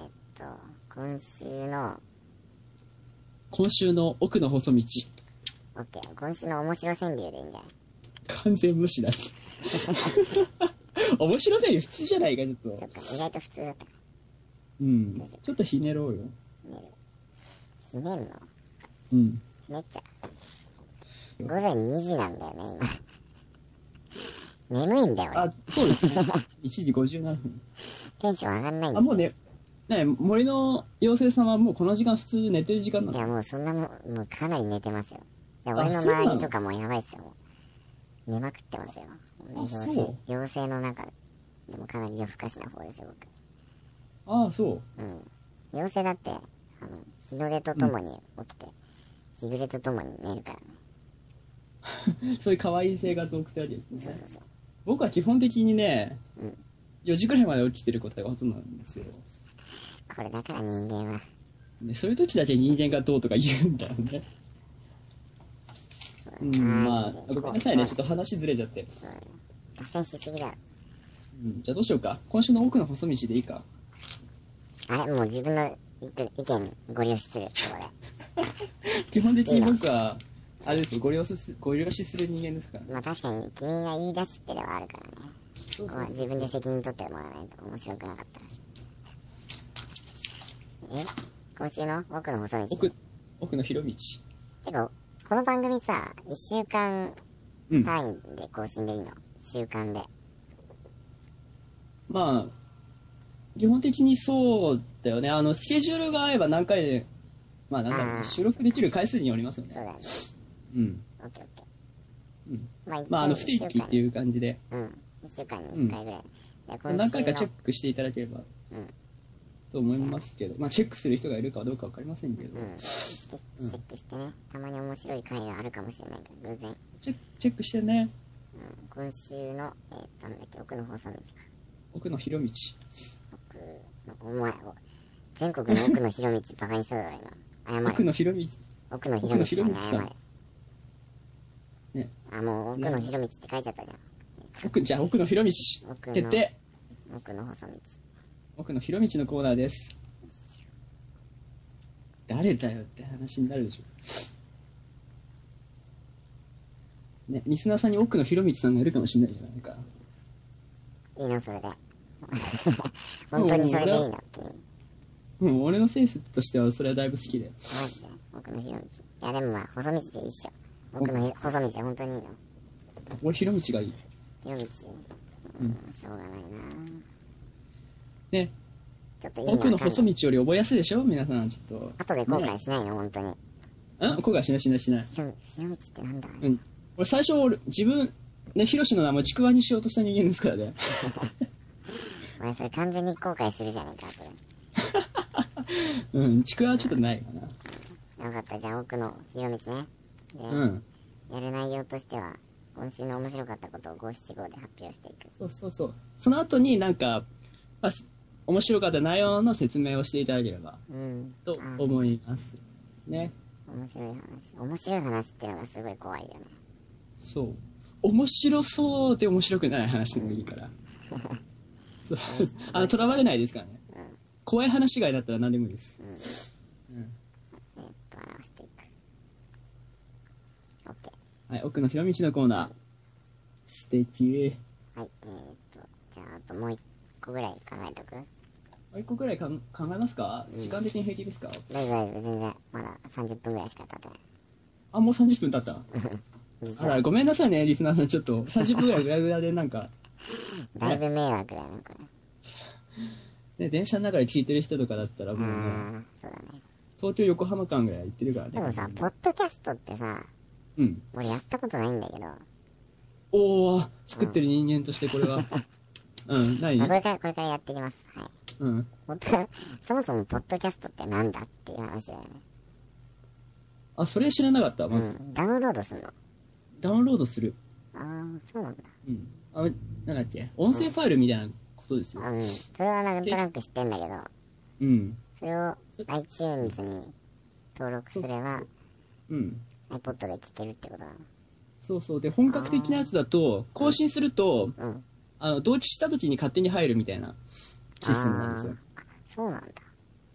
Speaker 1: えっと、今週の、
Speaker 2: 今週の奥の細道。
Speaker 1: オッケー、今週の面白川柳でいいんじゃない
Speaker 2: 完全無視だね。面白さより普通じゃないか、ちょっ
Speaker 1: そ
Speaker 2: と
Speaker 1: っ。か、意外と普通だったか
Speaker 2: うん。ちょっとひねろうよ。
Speaker 1: ら、ねひねるの
Speaker 2: うん。
Speaker 1: ひねっちゃう。午前2時なんだよね、今。眠いんだよ、
Speaker 2: あ
Speaker 1: 俺。、
Speaker 2: そうです ね。1時57分。
Speaker 1: テンション上がんないんだ
Speaker 2: あ、もうね、ね、森の妖精さんはもうこの時間普通に寝てる時間ないの。
Speaker 1: や、もうそんなもん、もうかなり寝てますよ。いや
Speaker 2: あ
Speaker 1: 俺の
Speaker 2: そうなの
Speaker 1: 周りとかもやばいっすよ、もう。寝まくってますよ。
Speaker 2: そう
Speaker 1: 妖精、妖精の中でもかなり夜更かしな方ですよ、僕。
Speaker 2: ああ、そう。
Speaker 1: うん。妖精だって、あの、日の出とともに起きて、日暮れとともに寝るからね。
Speaker 2: そういう可愛い生活を送ってるわけです
Speaker 1: そう
Speaker 2: ね
Speaker 1: そうそう。
Speaker 2: 僕は基本的にね、
Speaker 1: うん
Speaker 2: 4時くらいまで起きてることがほとんどなんですよ
Speaker 1: これだから人間は。
Speaker 2: でそういう時だけ人間がどうとか言うんだよねうんまああごめんなさいねちょっと話ずれちゃって、
Speaker 1: そう脱線しすぎだろ。
Speaker 2: うん、じゃあどうしようか今週の奥の細道でいいか
Speaker 1: あれもう自分の意見ご利用しする。こ
Speaker 2: 基本的に僕はあれですよご利用しすご利用しする人間ですからね
Speaker 1: れ。まあ確かに君が言い出すってではあるからね。
Speaker 2: そう
Speaker 1: ここは自分で責任取ってもらわないと面白くなかったら。え今週の僕の細道。
Speaker 2: 奥奥の広道
Speaker 1: てか、この番組さ、1週間
Speaker 2: うん
Speaker 1: 単位で更新でいいの。週間で。
Speaker 2: まあ、基本的にそうだよね。あの、スケジュールが合えば何回で、まあなんだろう
Speaker 1: あー
Speaker 2: ね、収録できる回数によりますよ
Speaker 1: そうだ
Speaker 2: ね。
Speaker 1: よね。
Speaker 2: うん。
Speaker 1: オッケーオッケー。
Speaker 2: うん。
Speaker 1: まあ一週
Speaker 2: まあ、あの、不定期っていう感じで、
Speaker 1: うん。1週間に1回ぐらい。じゃあ今週の
Speaker 2: 何回かチェックしていただければ
Speaker 1: うん、
Speaker 2: と思いますけど、まあ、チェックする人がいるかどうかわかりませんけど
Speaker 1: う、ん。チェチェックしてね。たまに面白い回があるかもしれないから、偶然。うん
Speaker 2: チェックチェックしてね、
Speaker 1: 今週の、えーっと、なんだっけ、奥の放送道か。
Speaker 2: 奥の広道。
Speaker 1: 奥の、お前、お全国の奥の広道バカにしただろ、今。謝
Speaker 2: 奥
Speaker 1: れ。
Speaker 2: の広道。
Speaker 1: 奥の広道さんに謝
Speaker 2: 奥の広道
Speaker 1: れ。
Speaker 2: ね
Speaker 1: あ、もう奥の広道って書いちゃったじ
Speaker 2: 奥、じゃあ奥の広道。
Speaker 1: 奥の
Speaker 2: 決定
Speaker 1: ゃん。奥の細道。
Speaker 2: 奥の広道のコーナーです。誰だよって話になるでしょ。ね、リスナーさんに奥野博光さんがいるかもしれないじゃないか。
Speaker 1: いいの、そ れで。本当にそれでいいの、君。
Speaker 2: うん、俺のセンスとしてはそれはだいぶ好きで。
Speaker 1: マジで奥の広道。いや、でもまあ、細道でいいっしょ。奥のひ細道で本当にいいの
Speaker 2: 俺博光がいい。
Speaker 1: 広道。うん、しょうがないな
Speaker 2: ね、
Speaker 1: ちょっと意味わか
Speaker 2: 奥
Speaker 1: ん
Speaker 2: の
Speaker 1: ない。
Speaker 2: 細道より覚えやすいでしょ皆さん、ちょっと。
Speaker 1: 後で後悔しないの、本当に。
Speaker 2: あ、後悔しないしないしない。
Speaker 1: ひろ、ひろみちってなんだ
Speaker 2: うん。俺最初、俺、自分、ね、ヒロシの名前ちくわにしようとした人間ですからね。
Speaker 1: お前それ完全に後悔するじゃねえかって。
Speaker 2: うん、ちくわはちょっとないかな。
Speaker 1: よかった、じゃあ奥のひろみちね。で、
Speaker 2: うん。
Speaker 1: やる内容としては、今週の面白かったことを五七五で発表していく。
Speaker 2: そうそうそう。その後になんか、まあ、す面白かった内容の説明をしていただければ
Speaker 1: うん。
Speaker 2: と
Speaker 1: あ
Speaker 2: 思います。ね。
Speaker 1: 面白い話。面白い話ってのがすごい怖いよね。
Speaker 2: そう。面白そうで面白くない話でもいいから。そう。あの、とらわれないですからね。怖い話以外だったら何でもいいです。
Speaker 1: えーっと、表していく。オッケ
Speaker 2: はい、奥のひろみちのコーナー。素敵。
Speaker 1: ー。はい、えー、っと、じゃああともう一個ぐらい考えとく
Speaker 2: もう一個くらいかん考えますか時間的に平気ですか
Speaker 1: 大丈夫、大丈夫、全然。まだ30分ぐらいしか経ってない。
Speaker 2: あ、もう30分経った。あ
Speaker 1: 実は
Speaker 2: ら、ごめんなさいね、リスナーさん。ちょっと、30分ぐらいぐらぐらでなんか、
Speaker 1: だいぶ迷惑だよね、これ。
Speaker 2: ね、電車の中で聞いてる人とかだったらも
Speaker 1: あ
Speaker 2: うね、
Speaker 1: ー、そうだね。
Speaker 2: 東京横浜間ぐらい行ってるからね
Speaker 1: でもさ、ポッドキャストってさ、
Speaker 2: うん
Speaker 1: 俺やったことないんだけど、
Speaker 2: おお作ってる人間としてこれ はうんない
Speaker 1: まあこ
Speaker 2: ね
Speaker 1: れから、これからやっていきます。はい。
Speaker 2: うん
Speaker 1: 本当 そもそもポッドキャストってなんだっていう話だよね。
Speaker 2: あそれ知らなかった
Speaker 1: う
Speaker 2: まず、
Speaker 1: ん。ダウンロードすんの。あ
Speaker 2: ダウンロードする
Speaker 1: あ、そうなんだ。
Speaker 2: うんあなんだっけ音声ファイルみたいなことですよ
Speaker 1: あうん。それはなんとなく知ってんだけど、
Speaker 2: うん
Speaker 1: それを iTunes に登録すれば
Speaker 2: うん、
Speaker 1: iPod で聴けるってことなの。
Speaker 2: そうそうで本格的なやつだと更新すると
Speaker 1: うん。
Speaker 2: あの同期した時に勝手に入るみたいなシステムなんですよ
Speaker 1: そうなんだ。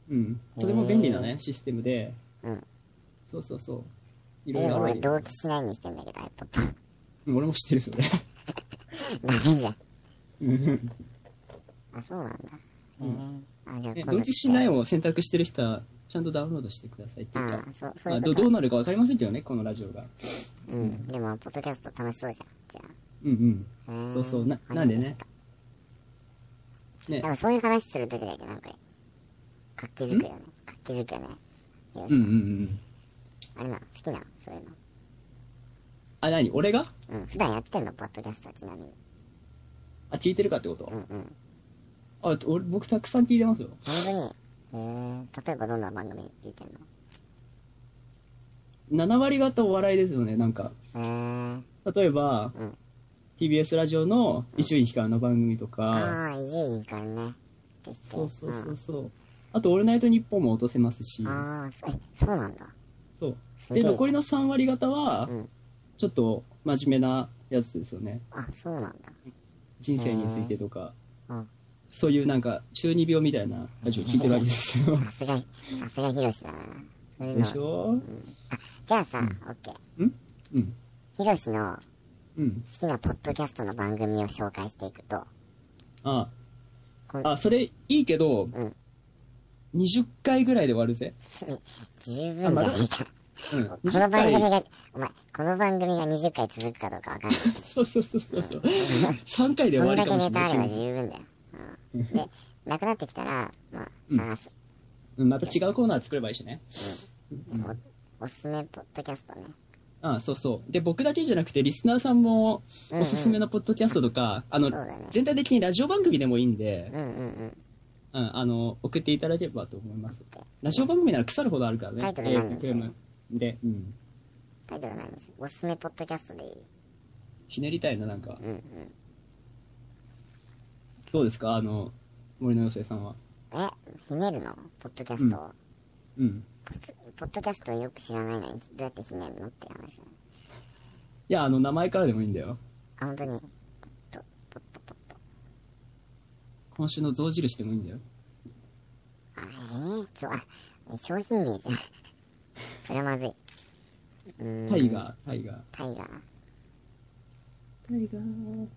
Speaker 2: うんとても便利なねシステムで
Speaker 1: うん
Speaker 2: そうそうそうい
Speaker 1: で
Speaker 2: ろいろ
Speaker 1: も
Speaker 2: あるわ
Speaker 1: 俺
Speaker 2: けで
Speaker 1: 同期し
Speaker 2: す
Speaker 1: ないにしてんだけど iPod。
Speaker 2: うん俺も知ってるよね
Speaker 1: ダメじゃん。
Speaker 2: うん
Speaker 1: あ、そうなんだ。へえあ、じゃあ
Speaker 2: ね
Speaker 1: 今
Speaker 2: 同
Speaker 1: 度
Speaker 2: 期しないを選択してる人はちゃんとダウンロードしてくださいって
Speaker 1: あ
Speaker 2: いうか
Speaker 1: あ、そう、そう
Speaker 2: ま
Speaker 1: い
Speaker 2: あ、
Speaker 1: う
Speaker 2: ど
Speaker 1: こと
Speaker 2: どうなるか分かりませんけどねこのラジオが
Speaker 1: うん。でも、ポッドキャスト楽しそうじゃん。じ
Speaker 2: うん
Speaker 1: ゃあ。
Speaker 2: う
Speaker 1: へえ
Speaker 2: んそうそうななんで。
Speaker 1: 初め
Speaker 2: ね
Speaker 1: て知っ
Speaker 2: ね
Speaker 1: たでも、そういう話するときだけなんか、活気づくよね。活気づくよね。よ
Speaker 2: うんうんう
Speaker 1: し
Speaker 2: ん
Speaker 1: あれな、好きなのそういうの。
Speaker 2: あ何俺が
Speaker 1: うん。普段やってんのポッドキャストはちなみに。
Speaker 2: あ聞いてるかってこと
Speaker 1: うんうん。
Speaker 2: あ俺僕たくさん聞いてますよ
Speaker 1: 本当に。へえ例えばどんな番組聞いてんの
Speaker 2: 7割方お笑いですよね、なんか。
Speaker 1: へー
Speaker 2: 例えば、
Speaker 1: うん
Speaker 2: TBS ラジオの伊集院光の番組とか、
Speaker 1: ああ、伊集院からね。知って
Speaker 2: そう
Speaker 1: る
Speaker 2: そううそうんそう。あと、オールナイトニッポンも落とせますし、
Speaker 1: ああ、そえ、そうなんだ。
Speaker 2: そう。
Speaker 1: すげえじ
Speaker 2: で、
Speaker 1: ゃん
Speaker 2: 残りの3割方は
Speaker 1: うん、
Speaker 2: ちょっと真面目なやつですよね。
Speaker 1: あ、そうなんだ。
Speaker 2: 人生についてとか、
Speaker 1: うん。
Speaker 2: そういうなんか、中二病みたいなラジオ聞いてるわけですよ。
Speaker 1: さすが、さすがヒロシだな。そういう
Speaker 2: で
Speaker 1: の。
Speaker 2: しょ
Speaker 1: じゃあさ、オッケー。
Speaker 2: うん。
Speaker 1: ヒロシの
Speaker 2: うん。
Speaker 1: 好きなポッドキャストの番組を紹介していくと、
Speaker 2: あ
Speaker 1: こ
Speaker 2: あ、それいいけど、
Speaker 1: うん
Speaker 2: 20回ぐらいで終わるぜ。
Speaker 1: 十分じゃないか。
Speaker 2: うん。
Speaker 1: こ
Speaker 2: 20
Speaker 1: の番組
Speaker 2: 回。
Speaker 1: が、お前、この番組が20回続くかどうかわかんない。
Speaker 2: そうそうそうそう。3回 で
Speaker 1: そん
Speaker 2: 終わ
Speaker 1: だ
Speaker 2: るか
Speaker 1: け
Speaker 2: もし
Speaker 1: ネ
Speaker 2: れ
Speaker 1: タあ
Speaker 2: な
Speaker 1: れば
Speaker 2: い
Speaker 1: 十分だよ。うん、で、なくなってきたら、まあ、探す。
Speaker 2: うんまた違うコーナー作ればいいしね。
Speaker 1: おおすすめポッドキャストね。
Speaker 2: ああそうそう。で、僕だけじゃなくて、リスナーさんも、おすすめのポッドキャストとか、あの、
Speaker 1: そうだね
Speaker 2: 全体的にラジオ番組でもいいんで、
Speaker 1: うんうん
Speaker 2: うん、あの、送っていただければと思います。ラジオ番組なら腐るほどあるからね。
Speaker 1: タイトルなんですよ
Speaker 2: AFM で、うん。
Speaker 1: タイトル何にするおすすめポッドキャストでいい
Speaker 2: ひねりたいな、なんか。
Speaker 1: うんうん。
Speaker 2: どうですかあの、森の妖精さんは。
Speaker 1: えひねるのポッドキャストを、
Speaker 2: うん。
Speaker 1: ポスポッドキャストをよく知らないのにどうやってひねるのって話
Speaker 2: いや、あの、名前からでもいいんだよ。
Speaker 1: あ本当にポッドポッドポッド
Speaker 2: 今週の象印でもいいんだよ。
Speaker 1: あえー、そうあ商品名じゃん それはまずいうーん
Speaker 2: タイガー、タイガー。
Speaker 1: タイガー
Speaker 2: タイガー。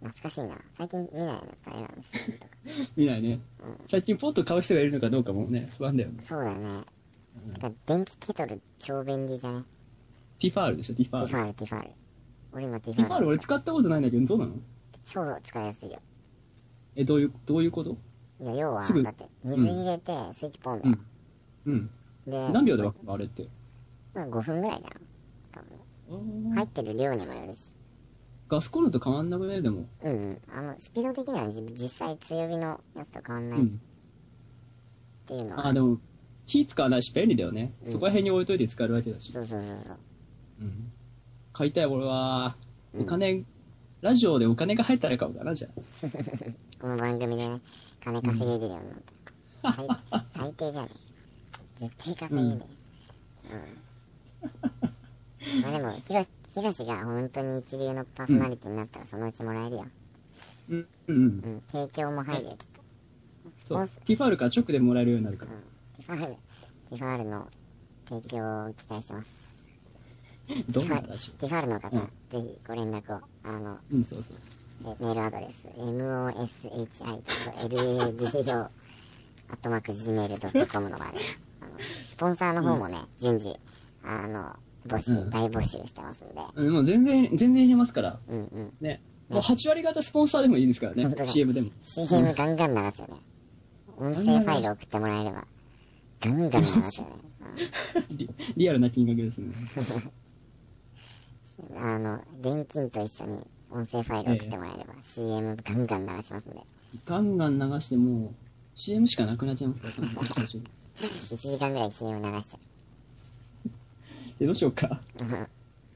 Speaker 1: 懐かしいな最近見ないのタイガーのシーンとか
Speaker 2: 見ないね。最近ポッと買う人がいるのかどうかもね、不安だよね。
Speaker 1: そうだねてか電気ケトル超便利じゃね
Speaker 2: ティファールでしょ、ティフ
Speaker 1: テ
Speaker 2: ァー
Speaker 1: ィ
Speaker 2: ル
Speaker 1: フ。ァールティファール俺もティフ
Speaker 2: ティ
Speaker 1: ァ
Speaker 2: ファ
Speaker 1: ー
Speaker 2: ール
Speaker 1: ル
Speaker 2: 俺使ったことないんだけど、どうなの
Speaker 1: 超使いやすいよ
Speaker 2: え、どういう、どういうこと
Speaker 1: いや要は
Speaker 2: すぐ
Speaker 1: だって水入れてスイッチポンだよ、
Speaker 2: うん。
Speaker 1: で
Speaker 2: 何秒でわかるあれって。
Speaker 1: まあ5分ぐらいじゃん多分
Speaker 2: あー
Speaker 1: 入ってる量にもよるし
Speaker 2: ガスコンロと変わんなくね、でも。
Speaker 1: うんうんあのスピード的にはじ実際強火のやつと変わん
Speaker 2: う
Speaker 1: ないっ
Speaker 2: ん。
Speaker 1: ていうのは、
Speaker 2: あ、でも、火使わないし便利だよね。そこら辺に置いといて使えるわけだし。
Speaker 1: そうそうそうそう
Speaker 2: うん。買いたい、俺は。
Speaker 1: うん
Speaker 2: お金、ラジオでお金が入ったら買おうかな、じゃあ。
Speaker 1: この番組でね金稼げるようになった、最最低じゃない絶対稼げるようん、まあでもひろひろしが本当に一流のパーソナリティになったらそのうちもらえるよ、
Speaker 2: うん。うんうん。
Speaker 1: うん、提供も入るよきっと
Speaker 2: そう。ティファールから直でもらえるようになるから。
Speaker 1: ティファールティファールの提供を期待してます
Speaker 2: どんな話
Speaker 1: ティファールの方、
Speaker 2: うん
Speaker 1: ぜひご連絡をあの
Speaker 2: うん、そうそう。
Speaker 1: えメールアドレス moshi.lado アットマーク gmail.com の場合あのスポンサーの方もね、順次あの募集、
Speaker 2: うん
Speaker 1: 大募集してますんで
Speaker 2: うん、もう全然、全然入れますから。
Speaker 1: うんうん
Speaker 2: ね。もう8割方スポンサーでもいいですから
Speaker 1: 本
Speaker 2: ね
Speaker 1: 当だ。
Speaker 2: CM でも。
Speaker 1: CM ガンガン流すよね音声ファイル送ってもらえればガンガン流 すよね
Speaker 2: リリアルな金額ですね。
Speaker 1: うんあの現金と一緒に音声ファイル送ってもらえれば CM ガンガン流しますんで
Speaker 2: ガンガン流してもう CM しかなくなっちゃいますから、最初に
Speaker 1: 1時間ぐらい CM 流しちゃう
Speaker 2: でどうしようか。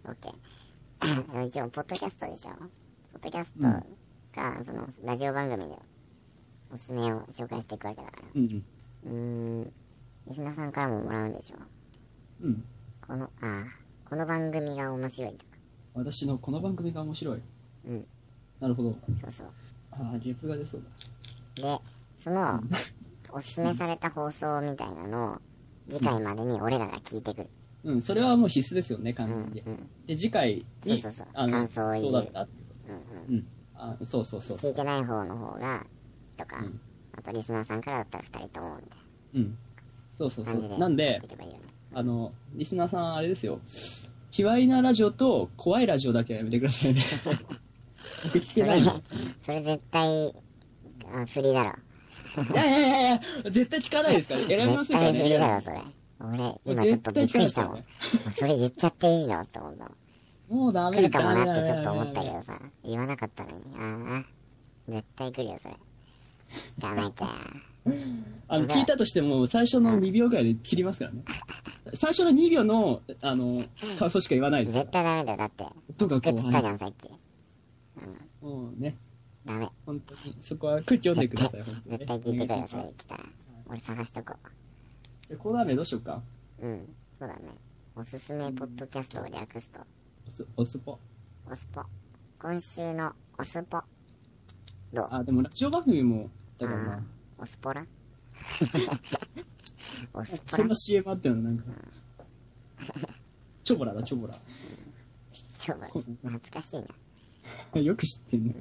Speaker 1: オッケー。一応、ポッドキャストでしょポッドキャスト
Speaker 2: う
Speaker 1: が、その、ラジオ番組でおすすめを紹介していくわけだから。
Speaker 2: うん
Speaker 1: うーん、リスナーさんからももらうんでしょ
Speaker 2: うん。うん。
Speaker 1: この、あーこの番組が面白いとか。
Speaker 2: 私のこの番組が面白い。
Speaker 1: うん。
Speaker 2: なるほど。
Speaker 1: そうそう。
Speaker 2: ああ、ゲップが出そうだ。
Speaker 1: で、その、おすすめされた放送みたいなのを、次回までに俺らが聞いてくる。
Speaker 2: うん、それはもう必須ですよね、
Speaker 1: う
Speaker 2: 完
Speaker 1: ん、う
Speaker 2: 全に。
Speaker 1: ん。
Speaker 2: で、次回に、
Speaker 1: そうそうそう
Speaker 2: あの、
Speaker 1: 感想を言う
Speaker 2: そうだったっていう
Speaker 1: うん、
Speaker 2: うん。あそうそうそうそ。
Speaker 1: 聞いうてない方の方が、とか、
Speaker 2: うん
Speaker 1: あとリスナーさんからだったら2人とも、みたい
Speaker 2: うん。そうそう
Speaker 1: な
Speaker 2: そ
Speaker 1: 感じで。
Speaker 2: う。なんで
Speaker 1: い、けばいいよね。
Speaker 2: あの、リスナーさん、あれですよ。卑猥なラジオと怖いラジオだけはやめてく ださいね。僕聞
Speaker 1: そ
Speaker 2: けな
Speaker 1: れ
Speaker 2: いの。
Speaker 1: それ絶対あ振りだろ
Speaker 2: いやいやいやいや、絶対聞かないですから、選びま
Speaker 1: 絶
Speaker 2: せんから
Speaker 1: 対振りだろ
Speaker 2: ね。
Speaker 1: それ俺今ちょっとびっくりしたもん
Speaker 2: 絶
Speaker 1: それ言っちゃっていいのって思ったもん
Speaker 2: もうダ
Speaker 1: 来
Speaker 2: メ
Speaker 1: る
Speaker 2: だ
Speaker 1: かもなってちょっと
Speaker 2: ダメ
Speaker 1: 思
Speaker 2: だ
Speaker 1: った
Speaker 2: ダメ
Speaker 1: け
Speaker 2: だ
Speaker 1: どさ言わなかったのにああ絶対来るよそれ聞かなきゃ
Speaker 2: あの、聞いたとしても、最初の2秒ぐらいで切りますからね。最初の2秒の、あの、感想しか言わないです。
Speaker 1: 絶対ダメだよ、だって。
Speaker 2: とかこう
Speaker 1: 作ったじゃん、さっき。
Speaker 2: もうね、
Speaker 1: ダメ。
Speaker 2: 本当に、そこは空気読んでください、本当
Speaker 1: 絶
Speaker 2: にね。
Speaker 1: 対聞いてくれよ、それ
Speaker 2: お願いし
Speaker 1: 来たら。俺探しとこ
Speaker 2: ますじゃあコーラ飴どうしようか。
Speaker 1: う。うん、そうだね。おすすめポッドキャストを略すと、
Speaker 2: おす、おすぽ。
Speaker 1: おすぽ。今週のおすぽ。どう
Speaker 2: あ、でもラジオ番組も、だから
Speaker 1: あ
Speaker 2: な、
Speaker 1: おすぽらおすぽ
Speaker 2: そ
Speaker 1: ら
Speaker 2: んな CM あったよな、なんか。チョボラだ、チョボラ。
Speaker 1: ちょ、懐かしいな。
Speaker 2: よく知ってんね。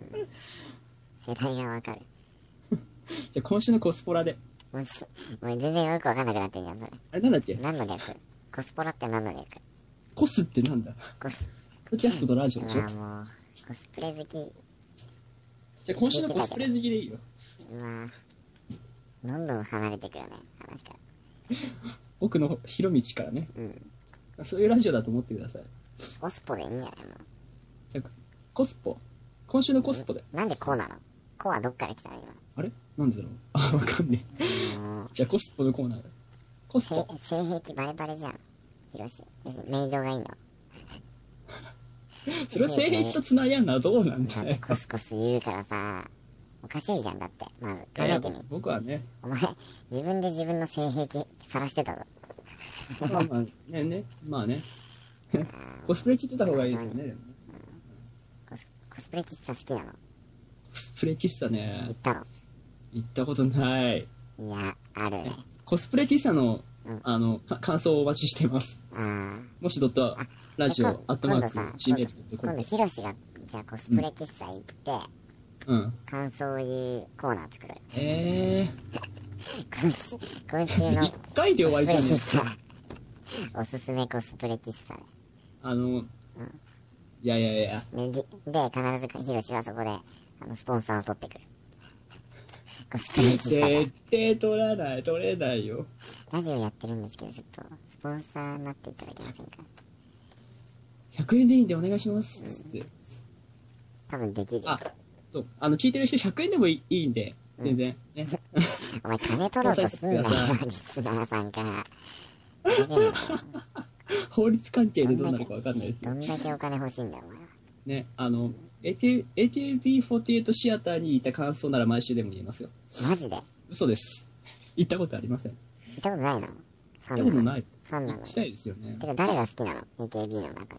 Speaker 1: 世代がわかる。
Speaker 2: じゃあ今週のコスポラで。
Speaker 1: もうし、もう全然よくわかんなくなってんじゃん、それ。
Speaker 2: あれなんだっけ
Speaker 1: 何の略コスポラって何の略
Speaker 2: コスってなんだ
Speaker 1: コス、
Speaker 2: ポッドキャストとラジオでし
Speaker 1: う
Speaker 2: ょ
Speaker 1: わもう、コスプレ好き、
Speaker 2: じゃあ今週のコスプレ好きでいいよ。
Speaker 1: うわどんどん離れてくよね、話から。
Speaker 2: 奥の広道からね。
Speaker 1: うん。
Speaker 2: そういうラジオだと思ってください。
Speaker 1: コスポでいいんじゃないもう。
Speaker 2: じゃあコスポ。今週のコスポで。
Speaker 1: なんでこうなのこうはどっから来たの
Speaker 2: あれなんでだろう あ、わかんねえ。
Speaker 1: 今。もう、
Speaker 2: じゃあコスポのコーナーで。コス
Speaker 1: せ
Speaker 2: ポ。
Speaker 1: 性癖バレバレじゃん。ヒロシ。別にメイドがいいの。
Speaker 2: それを性癖と繋いやんのはどうなん
Speaker 1: ちゃん
Speaker 2: だ
Speaker 1: と
Speaker 2: よ。
Speaker 1: コスコス言うからさ、おかしいじゃんだって。まず、考
Speaker 2: いや
Speaker 1: えてみ。
Speaker 2: 僕は ね、
Speaker 1: お前、自分で自分の性癖さらしてたぞ。
Speaker 2: まあまあ、ねね、まあね。コスプレ切ってた方がいいですよね。でもね
Speaker 1: コスコスプレ喫茶好きなの
Speaker 2: コスプレ喫茶ね
Speaker 1: 行っ、たの
Speaker 2: 行ったことない。
Speaker 1: いや、あるね。
Speaker 2: コスプレ喫茶の
Speaker 1: うん、
Speaker 2: あの、か感想をお待ちしてます。
Speaker 1: あー。
Speaker 2: もしドットラジオ、アットマーク、
Speaker 1: 今度
Speaker 2: gmail.com。
Speaker 1: ヒロシがじゃあコスプレ喫茶行って、
Speaker 2: うん。
Speaker 1: 感想を言うコーナー作る
Speaker 2: え
Speaker 1: 今週今週
Speaker 2: ー、
Speaker 1: の
Speaker 2: 一回で終わりじゃね
Speaker 1: コス
Speaker 2: え
Speaker 1: プレ喫茶 おすすめコスプレ喫茶
Speaker 2: あの、いやいやいや、
Speaker 1: ででで必ずヒロシはそこであのスポンサーを取ってくるコスプレ喫
Speaker 2: 絶対取らない、取れないよ。
Speaker 1: 茶ラジオやってるんですけどちょっとスポンサーになっていただけませんか
Speaker 2: 100円でいいんでお願いします。つって。
Speaker 1: 多分できるよ
Speaker 2: あ、そう。あの、聞いてる人100円でもいいいいんで、全然。ね。
Speaker 1: お前金取ろうとすんなよ
Speaker 2: スポンサ ー取っ
Speaker 1: リスナーさんからふざけんなよ
Speaker 2: 法律関係でどんなのかわかんないですけ
Speaker 1: ど
Speaker 2: ど。
Speaker 1: んだけお金欲しいんだよお前は
Speaker 2: ね、あの、AK AKB48 シアターにいた感想なら毎週でも言えますよ。
Speaker 1: マジで行
Speaker 2: 嘘です。 行ったことありません。
Speaker 1: ったことないのファ
Speaker 2: 行
Speaker 1: ン
Speaker 2: った
Speaker 1: な
Speaker 2: こ
Speaker 1: の
Speaker 2: とない。
Speaker 1: ファンな
Speaker 2: 行
Speaker 1: の
Speaker 2: きたいですよね
Speaker 1: て。か誰が好きなの ?AKB の中で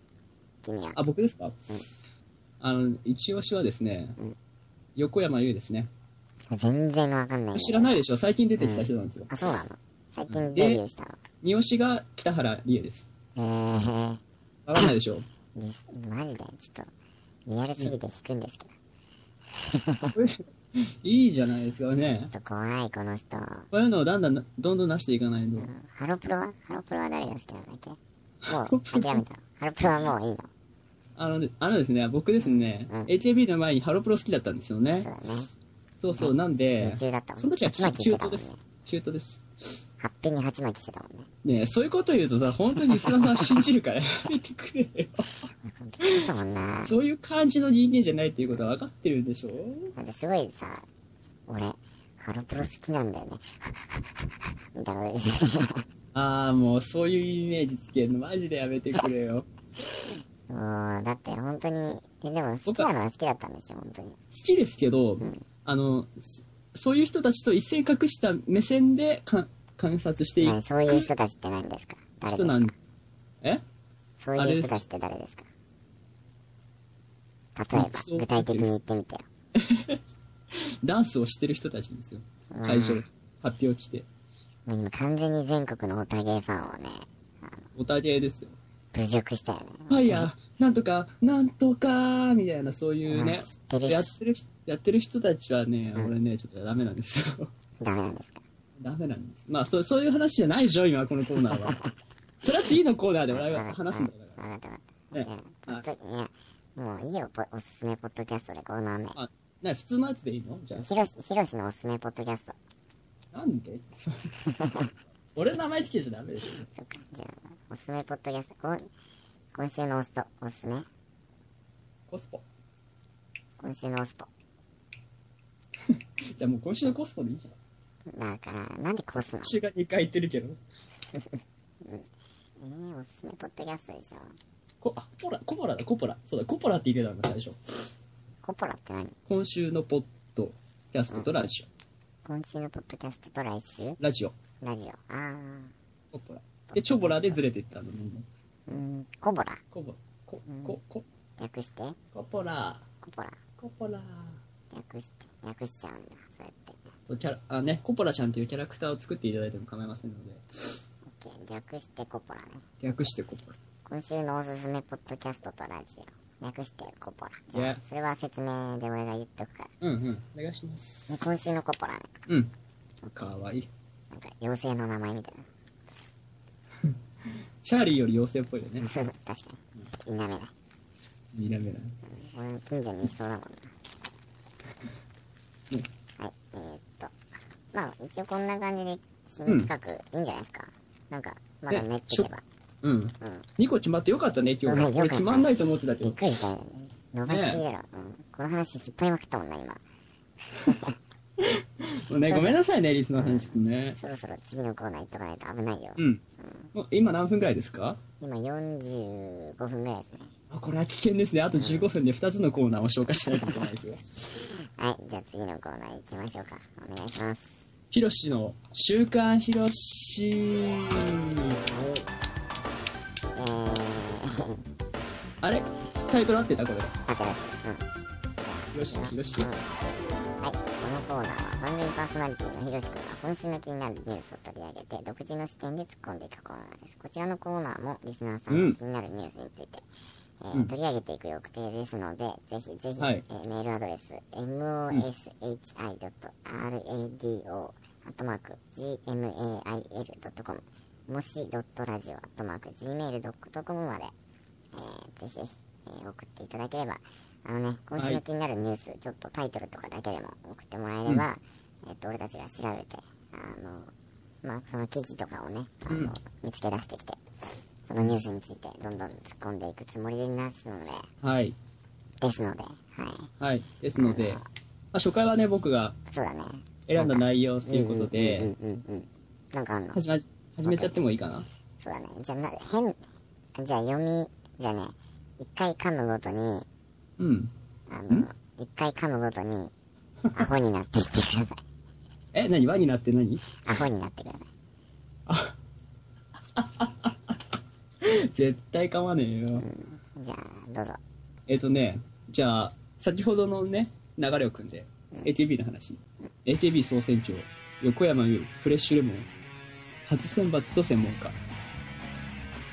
Speaker 1: 君は。
Speaker 2: あ、僕ですか、あの、一押しはですね、横山優ですね。
Speaker 1: 全然わかんないんだけど。
Speaker 2: 知らないでしょ最近出てきた人なんですよ。
Speaker 1: あ、そうなの最近
Speaker 2: で
Speaker 1: デビューしたの。
Speaker 2: 二押しが北原理恵です。
Speaker 1: えー、
Speaker 2: わかんないで しょ
Speaker 1: リスマジでちょっと、リアルすぎて引くんですけど。
Speaker 2: いいじゃないですかね。
Speaker 1: ちょっと怖い、この人。
Speaker 2: こういうのをだんだんな、どんどんなしていかないと。
Speaker 1: ハロプロはハロプロは誰が好きなんだっけもう諦めたの。ハロプロはもういいの。
Speaker 2: あのね、あのですね、僕ですね、
Speaker 1: うん
Speaker 2: AKB の前にハロプロ好きだったんですよね
Speaker 1: そ。うだね。
Speaker 2: そうそう、なんで
Speaker 1: 夢、中だったもんね。
Speaker 2: その時は
Speaker 1: 鉢
Speaker 2: 中
Speaker 1: 巻きしてた
Speaker 2: 途
Speaker 1: もん
Speaker 2: で
Speaker 1: ね
Speaker 2: す。。中途です。
Speaker 1: ハッピーに鉢巻きしてたもんね。
Speaker 2: ねえ、そういうこと言うとさ、本当にリスナーさん信じるからやめて くれよ。
Speaker 1: びっくりしたもんな。
Speaker 2: そういう感じの人間じゃないっていうことは分かってるんでしょ
Speaker 1: なんかすごいさ、俺、ハロプロ好きなんだよね。 みたいなこと言って
Speaker 2: ああ、もうそういうイメージつけるのマジでやめてくれよ。
Speaker 1: もう、だって本当に、えでも好きなのは好きだったんですよ、本当に。
Speaker 2: 好きですけど、あの、そそういう人たちと一線隠した目線でか観察してい
Speaker 1: はい
Speaker 2: く
Speaker 1: そういう人たちって何ですか誰です
Speaker 2: 人な
Speaker 1: か
Speaker 2: ん、え
Speaker 1: そういう人たちって誰ですか例えば
Speaker 2: そう、
Speaker 1: 具体的に言ってみてよ。
Speaker 2: ダンスをしてる人たちですよ。会場、発表来て。
Speaker 1: もう今完全に全国のオタゲーファンをね、
Speaker 2: おたげですよ。
Speaker 1: 侮辱したよね。
Speaker 2: ファイヤー、なんとか、なんとかーみたいな、そういうね、
Speaker 1: うん知ってる
Speaker 2: やってる人、やってる人たちはね、俺ね、ちょっとダメなんですよ。
Speaker 1: ダメなんですか
Speaker 2: ダメなんです。まあ、そそういう話じゃないでしょ、今、このコーナー は。それは次のコーナーで俺は話すんだから。
Speaker 1: わかったわかった。
Speaker 2: ね
Speaker 1: ね、ちょっといや、もういいよ、ポおすすめポッドキャストでコーナー名。
Speaker 2: あ、な普通のやつでいいのじゃ
Speaker 1: ひろし、ひろしのおすすめポッドキャスト。
Speaker 2: あ、なんで 俺の名前つけちゃダメでしょ。
Speaker 1: そっか、じゃあ、おすすめポッドキャスト。こん今週のおすと、おすすめ
Speaker 2: コスポ。
Speaker 1: 今週のおすぽ。
Speaker 2: じゃあもう今週のコスポでいいじゃん。
Speaker 1: だから、なんでこすの
Speaker 2: 週が2回言ってるけど。
Speaker 1: えー、おすすめポッドキャストでしょ。
Speaker 2: こ、あ、コポラ、コポラだ、コポラ。そうだ、コポラって言ってたんだ、最初。
Speaker 1: コポラって何
Speaker 2: 今週のポッドキャストとラジ
Speaker 1: 今週のポッドキャストと来週
Speaker 2: オ。ラジオ。
Speaker 1: ラジオ。あー。
Speaker 2: コポラ。で、チョボラでずれていったの、みんな。
Speaker 1: うーん、コボラ。
Speaker 2: コボ、コ、コ、コ、
Speaker 1: 略して。
Speaker 2: コポラ。
Speaker 1: コポラ。
Speaker 2: コポラ。
Speaker 1: 略して。略しちゃうんだ。そうやって。
Speaker 2: とキャラ、あ、ね、コポラちゃんというキャラクターを作っていただいても構いませんので、
Speaker 1: オッケー。略してコポラね。
Speaker 2: 略してコポラ。
Speaker 1: 今週のおすすめポッドキャストとラジオ。略してコポラ。
Speaker 2: いや
Speaker 1: それは説明で俺が言っとくから。
Speaker 2: うんうん。お願いします。
Speaker 1: で今週のコポラね。
Speaker 2: うん。かわいい。
Speaker 1: なんか妖精の名前みたいな。
Speaker 2: チャーリーより妖精っぽいよね。
Speaker 1: 確かに。否めない。
Speaker 2: 見なめな。
Speaker 1: 俺の近所にいそうだもん
Speaker 2: うん
Speaker 1: な。はい、えー、っと。まあ、一応こんな感じで、新企画、いいんじゃないですか。なんか、まだ
Speaker 2: ね
Speaker 1: 練っていけば。
Speaker 2: うん。
Speaker 1: うん。
Speaker 2: 2個決まってよかったね、今日
Speaker 1: うん
Speaker 2: は。
Speaker 1: よか
Speaker 2: 俺
Speaker 1: った
Speaker 2: 決まんないと思ってたけ
Speaker 1: びっ
Speaker 2: ど。
Speaker 1: くりしたよね。伸ばしすぎだろ、うん。この話引っ張りまくったもんな、今。
Speaker 2: ね、ごめんなさいね、リスナーさん、ちょっとね。
Speaker 1: そろそろ次のコーナー行っとかないと危ないよ。
Speaker 2: うん。もう今何分くらいですか
Speaker 1: 今45分ぐらいですね。
Speaker 2: あ、これは危険ですね。あと15分で2つのコーナーを消化しないといけないですよ。
Speaker 1: はい、じゃあ次のコーナー行きましょうか。お願いします。
Speaker 2: ひろしの週刊ひろし。
Speaker 1: はい。えー、
Speaker 2: あれタイトル合ってたこれ。ひ
Speaker 1: さてだうん。
Speaker 2: ろしのひろし。
Speaker 1: はい、このコーナーは番組パーソナリティのひろしくんが今週の気になるニュースを取り上げて独自の視点で突っ込んでいくコーナーですこちらのコーナーもリスナーさん
Speaker 2: う
Speaker 1: の
Speaker 2: ん
Speaker 1: 気になるニュースについて、えー
Speaker 2: うん
Speaker 1: 取り上げていく予定ですのでぜひぜひ、
Speaker 2: はい
Speaker 1: えーメールアドレス moshi.radio.gmail.com もし .radio.gmail.com まで、えーぜひぜひ、えー送っていただければあのね、今週の気になるニュース、ちょっとタイトルとかだけでも送ってもらえれば、えっと、俺たちが調べて、あの、まあ、その記事とかをね、あの、
Speaker 2: うん
Speaker 1: 見つけ出してきて、そのニュースについてどんどん突っ込んでいくつもりでいますので、
Speaker 2: はい。
Speaker 1: ですので、はい。
Speaker 2: はい。ですので、まあ、初回はね、僕が
Speaker 1: そうだね。
Speaker 2: 選んだ内容ということ
Speaker 1: うん
Speaker 2: で、
Speaker 1: うんうんうん。なんかあんの
Speaker 2: 始ま、始めちゃってもいいかな
Speaker 1: そうだね。じゃあな、変、じゃあ読み、じゃあね、一回噛むごとに、
Speaker 2: うん。
Speaker 1: あの、一回噛むごとに、アホになっていってください。
Speaker 2: え、何輪になって何
Speaker 1: アホになってください。
Speaker 2: 絶対噛まねえよ。
Speaker 1: じゃあ、どうぞ。
Speaker 2: えっ、とね、じゃあ、先ほどのね、流れを組んで、AKB の話。AKB 総選挙、横山優、フレッシュレモン、初選抜と専門家。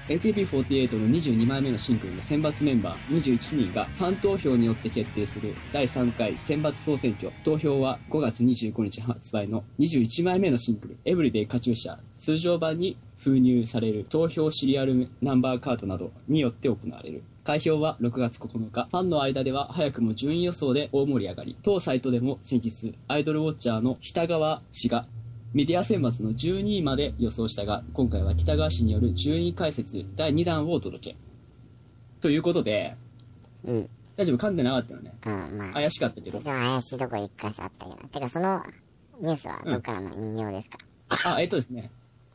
Speaker 2: AKB48 の22枚目のシングルの選抜メンバー21人がファン投票によって決定する第3回選抜総選挙。投票は5月25日発売の21枚目のシングル、エブリデイカチューシャ、通常版に封入される投票シリアルナンバーカードなどによって行われる。開票は6月9日。ファンの間では早くも順位予想で大盛り上がり。当サイトでも先日、アイドルウォッチャーの北川氏がメディア選抜の12位まで予想したが、今回は北川氏による順位解説第2弾をお届け。ということで、
Speaker 1: うん。
Speaker 2: 大丈夫噛んでなかったよね。
Speaker 1: うん、まあ、
Speaker 2: 怪しかったけ
Speaker 1: 実
Speaker 2: ど
Speaker 1: は。怪しいとこ一箇所あったけど。てか、そのニュースはどっからの引用ですか、
Speaker 2: あ、えっとですね。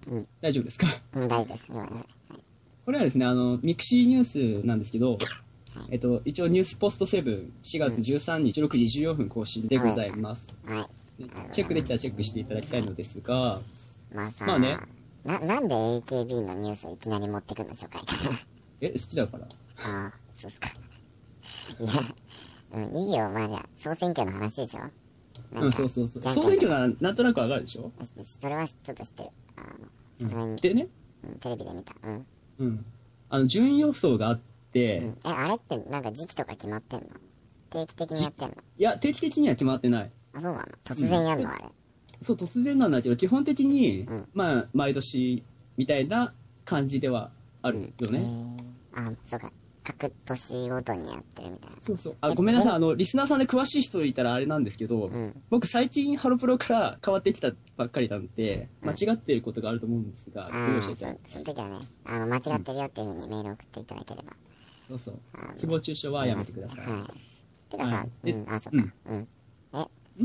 Speaker 1: うん
Speaker 2: 大丈夫ですか
Speaker 1: うん、大丈夫です。ごめんなさい。
Speaker 2: これはですね、あの、ミクシーニュースなんですけど、えっと、一応ニュースポスト7、4月13日6時14分更新でございます。
Speaker 1: はい。
Speaker 2: チェックできたらチェックしていただきたいのですが、
Speaker 1: まあさ、
Speaker 2: まあね
Speaker 1: な、なんで AKB のニュースをいきなり持ってくんの、初回から。
Speaker 2: え、好きだから。
Speaker 1: ああ、そうっすか。いや、うん、いいよ、まあじゃあ、総選挙の話でしょ
Speaker 2: うん、そうそうそう
Speaker 1: じゃ。んけん
Speaker 2: 総選挙ならなんとなくわかるでしょ
Speaker 1: それはちょっと知ってる。あの、さすがに、
Speaker 2: でね、
Speaker 1: うん、テレビで見た。うん。
Speaker 2: うん。あの、順位予想があって、
Speaker 1: うん、え、あれってなんか時期とか決まってんの定期的にやってんの
Speaker 2: いや、定期的には決まってない。
Speaker 1: あ、そうなの突然やんの、あれ。
Speaker 2: そう、突然なんだけど、基本的に、
Speaker 1: うん
Speaker 2: まあ、毎年みたいな感じではあるよね。
Speaker 1: えーあ、そうか。各年ごとにやってるみたいな。
Speaker 2: そうそう。あ、ごめんなさい。あの、リスナーさんで詳しい人いたらあれなんですけど、
Speaker 1: ん
Speaker 2: 僕最近ハロプロから変わってきたばっかりなんで、間違ってることがあると思うんですが、
Speaker 1: あ
Speaker 2: ど
Speaker 1: あ、
Speaker 2: うし
Speaker 1: そ
Speaker 2: ていただ
Speaker 1: う
Speaker 2: き
Speaker 1: そ
Speaker 2: たい
Speaker 1: の時はね、あの、間違ってるよっていうふうにメールを送っていただければ。
Speaker 2: そうそう
Speaker 1: あの。
Speaker 2: 誹謗中傷はやめてください。
Speaker 1: はい。てかさ、
Speaker 2: はいで
Speaker 1: うん、あ、そっか。うん。え、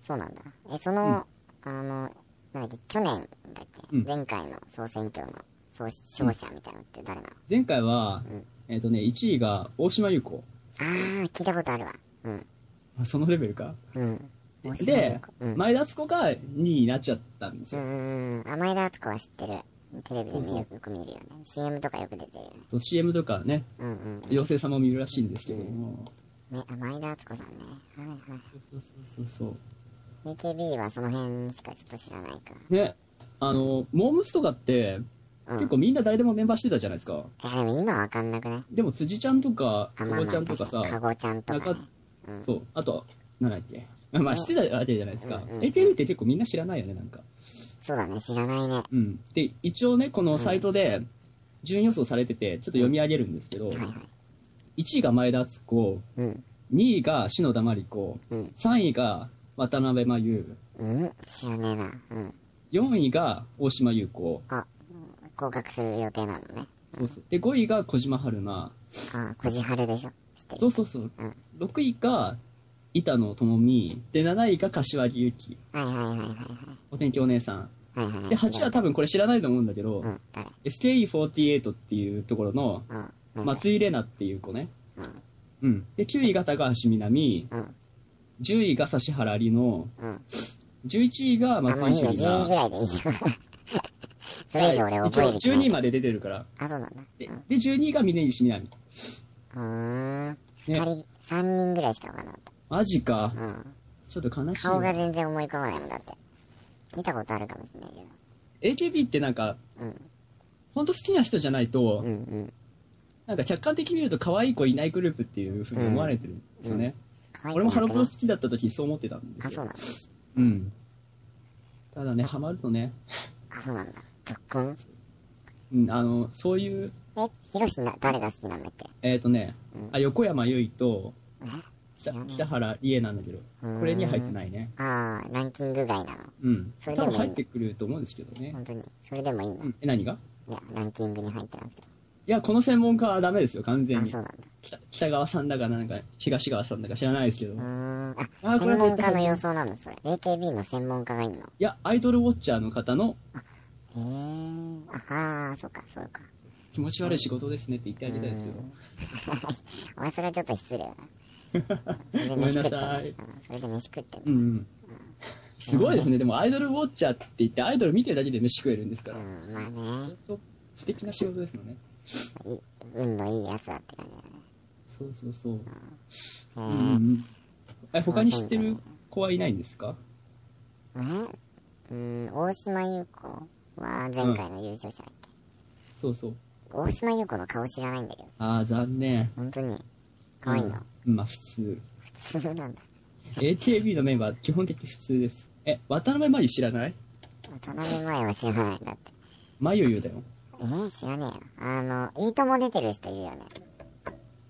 Speaker 1: そうなんだ。え、その、あの、なんだっけ、去年だっけ、
Speaker 2: うん
Speaker 1: 前回の総選挙の総勝者みたいなのって誰なの、
Speaker 2: 前回は
Speaker 1: うん、
Speaker 2: えっ、とね、1位が大島優子。
Speaker 1: あー、聞いたことあるわ。うん。
Speaker 2: まあそのレベルか。
Speaker 1: うん。面白い
Speaker 2: で、
Speaker 1: うん。
Speaker 2: 前田敦子が2位になっちゃったんです
Speaker 1: う
Speaker 2: よ。
Speaker 1: んうん。甘田敦子は知ってる。テレビで
Speaker 2: そうそう
Speaker 1: 見よく見るよね。CM とかよく出てるよね。
Speaker 2: そう CM とかね、
Speaker 1: うんうん。
Speaker 2: 妖精様を見るらしいんですけども。
Speaker 1: ね、甘田敦子さんね。はいはい。
Speaker 2: そうそうそうそう。
Speaker 1: AKB はその辺しかちょっと知らないか。
Speaker 2: ね、あの、モームスとかって、
Speaker 1: うん
Speaker 2: 結構みんな誰でもメンバーしてたじゃないですか。
Speaker 1: いや、でも今はわかんなくない
Speaker 2: でも辻ちゃんとか、
Speaker 1: あ、
Speaker 2: 久保ちゃんとかさ、
Speaker 1: かごちゃんとかね。
Speaker 2: そう、あと、なんだっけ。まあ、知ってたわけじゃないですか
Speaker 1: うん。うん
Speaker 2: AKB って結構みんな知らないよね、なんか。
Speaker 1: そうだね、知らないね。
Speaker 2: うん。で、一応ね、このサイトで、順位予想されてて、ちょっと読み上げるんですけど、
Speaker 1: はいはい。
Speaker 2: 1位が前田敦子、
Speaker 1: うん。
Speaker 2: 2位が篠田麻里子、
Speaker 1: うん。
Speaker 2: 3位が渡辺真由、
Speaker 1: うん知らねえな。うん。
Speaker 2: 4位が大島優子、
Speaker 1: あ、合格する予定なのね。
Speaker 2: そうそうで、5位が小島春菜、
Speaker 1: あ、こじはるでしょ。知って
Speaker 2: そ
Speaker 1: る。
Speaker 2: うそうそう
Speaker 1: うん。
Speaker 2: 6位が板野友美。で、7位が柏木由紀。
Speaker 1: はいはいはいはい
Speaker 2: お天気お姉さん。
Speaker 1: はい。はいはい。
Speaker 2: で、8位は多分これ知らないと思うんだけど
Speaker 1: う、ん、誰
Speaker 2: SKE48 っていうところの
Speaker 1: うん。何
Speaker 2: 松井玲奈っていう子ね。
Speaker 1: うん。
Speaker 2: うん。で、9位が高橋みなみ。
Speaker 1: うん。
Speaker 2: 10位が指原莉乃。
Speaker 1: うん。
Speaker 2: 11位が
Speaker 1: あ、もう
Speaker 2: 松
Speaker 1: いい
Speaker 2: 井
Speaker 1: よ。10位
Speaker 2: 朱里
Speaker 1: ぐ
Speaker 2: 奈。
Speaker 1: らいでいいよ。 それ以上俺
Speaker 2: はい一
Speaker 1: 覚え
Speaker 2: 応
Speaker 1: る気ない。
Speaker 2: 12位まで出てるから。
Speaker 1: あ、そうなんだ。
Speaker 2: で、で12位が峯岸みなみ。
Speaker 1: うーん。二
Speaker 2: ね
Speaker 1: 人、三人ぐらいしかわかんなかっ
Speaker 2: マジか
Speaker 1: た。。うん。
Speaker 2: ちょっと悲しい
Speaker 1: 顔が
Speaker 2: な。
Speaker 1: 全然思い浮かばないもんだって。見たことあるかもしれないけど。
Speaker 2: AKB ってなんか、
Speaker 1: うん。
Speaker 2: ほんと好きな人じゃないと、
Speaker 1: うんうん。
Speaker 2: なんか客観的に見ると可愛い子いないグループっていうふうに思われてるんですよね。
Speaker 1: 可愛く
Speaker 2: 俺もハロプロ
Speaker 1: な
Speaker 2: 好
Speaker 1: くね
Speaker 2: きだった時そう思ってたんで
Speaker 1: あ、
Speaker 2: す
Speaker 1: そう
Speaker 2: よ。
Speaker 1: なんだ。
Speaker 2: うん。ただね、ハマるとね、
Speaker 1: あ、そうなんだ。特訓
Speaker 2: うん、あの、そういう、
Speaker 1: え、ヒロシな、誰が好きなんだっけ
Speaker 2: えっ、とね、あ横山由依と
Speaker 1: え知
Speaker 2: 北
Speaker 1: らない
Speaker 2: 北原理恵なんだけど、
Speaker 1: うん
Speaker 2: これには入ってないね。
Speaker 1: あー、ランキング外なの。
Speaker 2: うん。
Speaker 1: そ
Speaker 2: 多
Speaker 1: れでも
Speaker 2: 分入ってくると思うんですけどね。
Speaker 1: 本当に。それでもいいの
Speaker 2: うん。え、何が
Speaker 1: いや、ランキングに入ってなくて。
Speaker 2: いや、この専門家はダメですよ、完
Speaker 1: あ、
Speaker 2: 全に
Speaker 1: そう。なんだ。
Speaker 2: 北北川さんだかなんか、東川さんだか知らないですけど。
Speaker 1: うー
Speaker 2: い
Speaker 1: ん。あ、
Speaker 2: あこ
Speaker 1: 専
Speaker 2: れは
Speaker 1: 門
Speaker 2: 絶対
Speaker 1: 家の予想なの、それ。AKB の専門家がいるの。
Speaker 2: や、アイドルウォッチャーの方の
Speaker 1: へー。あ、あー、そうか、そうか。
Speaker 2: 気持ち悪い仕事ですねって言ってあげたいですけど。
Speaker 1: お前それはちょっと失礼だな。それで
Speaker 2: ごめん
Speaker 1: 飯
Speaker 2: な
Speaker 1: 食って
Speaker 2: さい
Speaker 1: る。うんそれで飯食って
Speaker 2: う
Speaker 1: る。
Speaker 2: んうん。すごいですね。でもアイドルウォッチャーって言ってアイドル見てるだけで飯食えるんですから
Speaker 1: う。ん、まあ
Speaker 2: ちょ
Speaker 1: ね
Speaker 2: っ、と素敵な仕事ですよね。
Speaker 1: い運のいいやつだって感じだね。
Speaker 2: そうそうそう。
Speaker 1: へ
Speaker 2: うんう
Speaker 1: ー
Speaker 2: ん。え、他に知ってる子はいないんですか
Speaker 1: えうん、大島優子は前回の優勝者だっけ、
Speaker 2: そうそう。
Speaker 1: 大島優子の顔知らないんだけど、
Speaker 2: ああ、残念。
Speaker 1: 本当に。可愛いの。
Speaker 2: うんまあ普通。
Speaker 1: 普通なんだ。
Speaker 2: AKB のメンバー基本的に普通です。え、渡辺真由知らない
Speaker 1: 渡辺前は知らないんだって。
Speaker 2: 真由ゆだよ。
Speaker 1: えー、知らねえよ。あの、いいとも出てる人いるよね。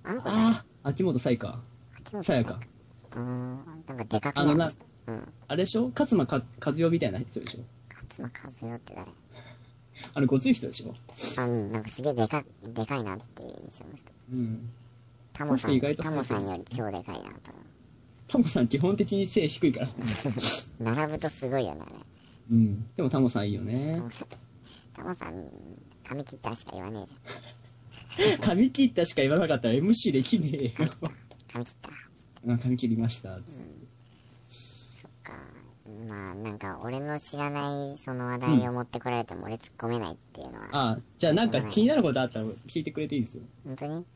Speaker 1: あの子だ。
Speaker 2: ああ、秋元才加。
Speaker 1: 秋元
Speaker 2: さや
Speaker 1: か
Speaker 2: か。
Speaker 1: うーん、なんかでかく
Speaker 2: あの
Speaker 1: な
Speaker 2: ない
Speaker 1: うん。
Speaker 2: あれでしょ勝間か和代みたいな人でしょ
Speaker 1: 勝間和代って誰
Speaker 2: あの、ごつい人でしょ
Speaker 1: あ、うん、なんかすげえでか、でかいなっていう印象の人。
Speaker 2: うん。
Speaker 1: タモさ
Speaker 2: そ
Speaker 1: ん、
Speaker 2: の人意外と
Speaker 1: タモさんより超でかいなと
Speaker 2: タモさん基本的に背低いから。
Speaker 1: 思う。並ぶとすごいよね、あれ。
Speaker 2: うん。でもタモさんいいよね。
Speaker 1: タモさん、髪切ったしか言わねえじ
Speaker 2: 髪切ったしか言わなかったら MC できね えよ。
Speaker 1: ゃん。髪切った。
Speaker 2: うん髪切りました。
Speaker 1: かまあ、なんか俺の知らないその話題を持ってこられても俺突っ込めないっていうのは。
Speaker 2: あじゃあなんか気になることあったら聞いてくれていいですよ。
Speaker 1: 本当に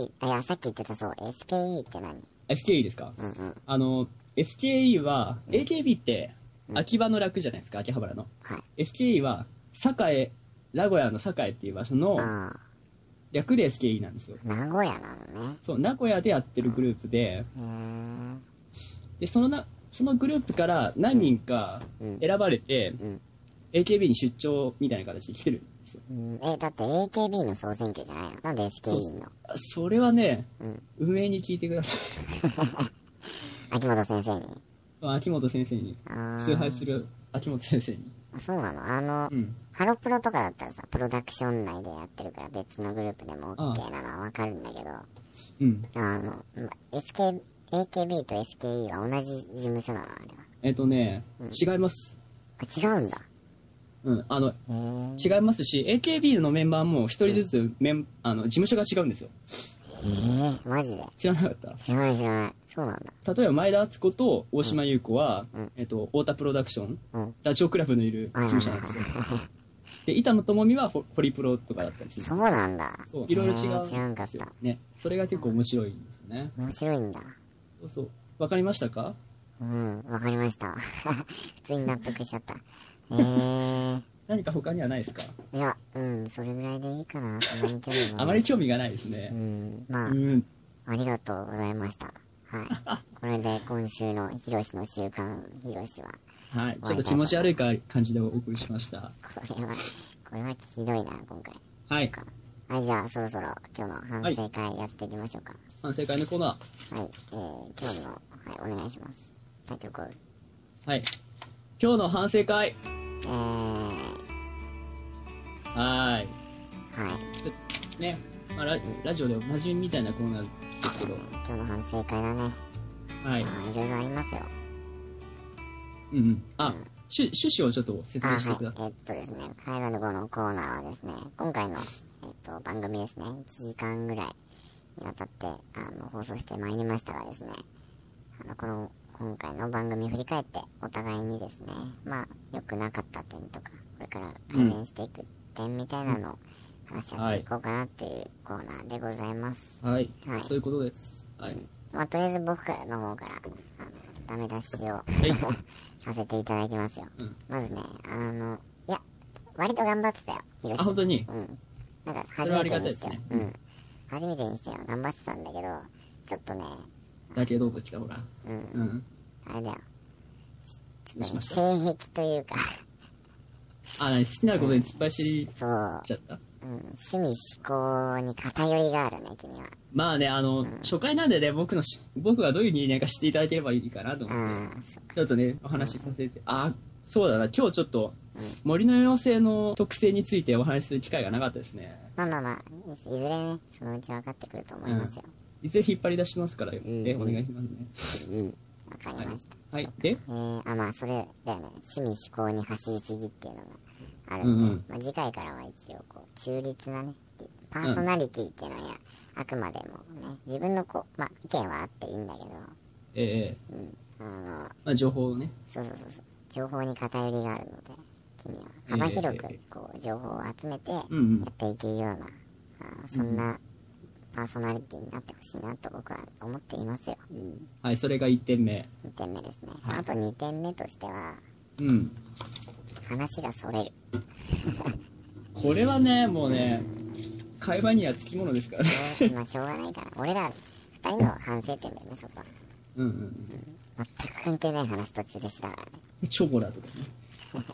Speaker 1: ?AKB、あ、いや、さっき言ってたそう、SKE って何
Speaker 2: SKE ですか
Speaker 1: うんうん。
Speaker 2: あの、SKE は、AKB って、秋葉の楽じゃないですか、秋葉原の。
Speaker 1: はい。
Speaker 2: SKE は、栄、名古屋の栄っていう場所の、
Speaker 1: ああ、
Speaker 2: 略で SKE なんですよ。
Speaker 1: 名古屋なのね。
Speaker 2: そう、名古屋でやってるグループで、
Speaker 1: へー
Speaker 2: で、そのな、そのグループから何人か
Speaker 1: うん
Speaker 2: 選ばれて、
Speaker 1: ん
Speaker 2: AKB に出張みたいな形で来てるんですよ。
Speaker 1: うん、え、だって AKB の総選挙じゃないのなんで SKE の
Speaker 2: あそれはね、
Speaker 1: うん
Speaker 2: 運営に聞いてください。
Speaker 1: 秋元先生に。
Speaker 2: 秋元先生に。
Speaker 1: あー
Speaker 2: 崇拝する秋元先生に。
Speaker 1: あそうなのあの、
Speaker 2: うん。
Speaker 1: ハロプロとかだったらさ、プロダクション内でやってるから別のグループでも
Speaker 2: ああ
Speaker 1: OK なのはわかるんだけど、
Speaker 2: うん。
Speaker 1: あの、ま SK、AKB と SKE は同じ事務所なのあれは。
Speaker 2: えっ、とね、違います。
Speaker 1: あ、違うんだ。
Speaker 2: うん、あの、
Speaker 1: へー
Speaker 2: 違いますし、AKB のメンバーも一人ずつメン、あの、事務所が違うんですよ。
Speaker 1: えー、マジで
Speaker 2: 知らなかった
Speaker 1: 知らない知らない。そうなんだ。
Speaker 2: 例えば前田敦子と大島優子は、えっと、太田プロダクション、
Speaker 1: うん
Speaker 2: ダチョウ倶楽部のいる事務所なんで すよ。で、板野友美はホホリプロとかだったりする。
Speaker 1: そうなんだ。
Speaker 2: そう、いろいろ違
Speaker 1: へ
Speaker 2: う
Speaker 1: ー知ら
Speaker 2: ん
Speaker 1: んか
Speaker 2: で
Speaker 1: っ
Speaker 2: すよ
Speaker 1: た。。
Speaker 2: ね。それが結構面白いんですよね。
Speaker 1: 面白いんだ。
Speaker 2: そうそう。わかりましたか
Speaker 1: うん、わかりました。 普通に納得しちゃった。えー、
Speaker 2: 何か他にはないですか
Speaker 1: いや、うん、それぐらいでいいかな。そんなに興味も
Speaker 2: あまり興味がないですね
Speaker 1: う。ん、
Speaker 2: う
Speaker 1: まあ、
Speaker 2: ん。
Speaker 1: ありがとうございました。 はい。これで今週のヒロシの週刊ヒロシは、
Speaker 2: はい。ちょっと気持ち悪いか感じでお送りしました。
Speaker 1: これは、これはひどいな、今回。
Speaker 2: はい。
Speaker 1: はい、じゃあそろそろ今日の反省会やっていきましょうか。
Speaker 2: 反省会のコーナ
Speaker 1: はい、えー、今日の、はい、お願いします。タイトルコール。
Speaker 2: ー。はい。今日の反省会。
Speaker 1: えー、は。
Speaker 2: はいい。ね。まあ、ララジオでおなじみみたいなコーナーですけど。
Speaker 1: 今日の反省会だね。
Speaker 2: はい
Speaker 1: あ。ーいろいろありますよ。
Speaker 2: うんうん。あ、しゅ趣旨をちょっと説
Speaker 1: あ
Speaker 2: 明
Speaker 1: は
Speaker 2: してく
Speaker 1: い、
Speaker 2: ださい。
Speaker 1: えっとですね、最後のこのコーナーはですね、今回の、えっと、番組ですね、1時間ぐらいにわたってあの放送してまいりましたがですね、あのこの今回の番組振り返って、お互いにですね、まあ、良くなかった点とか、これから改善していく点みたいなのを話し合っていこうかなっていうコーナーでございます。
Speaker 2: はい
Speaker 1: はい。
Speaker 2: そういうことです。はい。
Speaker 1: まあ、とりあえず僕からの方から、あの、ダメ出しを、 させていただきますよ。
Speaker 2: うん
Speaker 1: まずね、あの、いや、割と頑張ってたよ、ヒロ
Speaker 2: あ、本当に。
Speaker 1: うん。なんか、
Speaker 2: そ
Speaker 1: 初
Speaker 2: れはあ
Speaker 1: め
Speaker 2: り
Speaker 1: て
Speaker 2: がたい
Speaker 1: に
Speaker 2: で
Speaker 1: し
Speaker 2: す
Speaker 1: てよ、
Speaker 2: ね
Speaker 1: うん。初めてにしてよ、頑張ってたんだけど、ちょっとね、
Speaker 2: だけど、こっちか、ほら。
Speaker 1: うん、
Speaker 2: うん。
Speaker 1: あれだよ。ちょっと
Speaker 2: し
Speaker 1: ね、
Speaker 2: ました
Speaker 1: 性癖というか、
Speaker 2: あ、何好きなことに突っ走り
Speaker 1: そう、
Speaker 2: ちゃった。
Speaker 1: うん、趣味嗜好に偏りがあるね、君は。
Speaker 2: まあね、あの、初回なんでね、僕のし、僕がどういう人間か知っていただければいいかなと
Speaker 1: う
Speaker 2: 思って、
Speaker 1: ん、そ
Speaker 2: ちょっとね、お話しさせて、あ、そうだな、今日ちょっと、森の妖精の特性についてお話しする機会がなかったですね。
Speaker 1: まあまあまあ、いずれね、そのうち分かってくると思いますよ。
Speaker 2: いずれ引っ張り出しますから、え、
Speaker 1: ん
Speaker 2: お願いしますね。
Speaker 1: うん、わかりました。
Speaker 2: はい。で、
Speaker 1: えー、あ、まあ、それだよね。趣味嗜好に走りすぎっていうのがあるんで、
Speaker 2: うんうん
Speaker 1: まあ、次回からは一応、こう、中立なね、パーソナリティっていうのは、あくまでもね、自分のこう、まあ、意見はあっていいんだけど、
Speaker 2: えー
Speaker 1: あの、
Speaker 2: まあ、情報をね、
Speaker 1: そうそうそうそう、情報に偏りがあるので、君は
Speaker 2: ええ
Speaker 1: 幅広く
Speaker 2: ええ、
Speaker 1: こう、情報を集めて、や
Speaker 2: うんうん
Speaker 1: っていけるような、あのそんな、パーソナリティになってほしいなと僕は思っていますよ。うん。
Speaker 2: はい、それが1点目。
Speaker 1: 2点目ですね。
Speaker 2: はい
Speaker 1: あと2点目としては、
Speaker 2: うん。
Speaker 1: 話がそれる。
Speaker 2: これはね、もうね、会話にはつきものですからね。
Speaker 1: まあしょうがないから俺ら二人の反省点だよねそこは
Speaker 2: うんうんうん。
Speaker 1: 全く関係ない話途中でしたからね
Speaker 2: でチョボラとかね。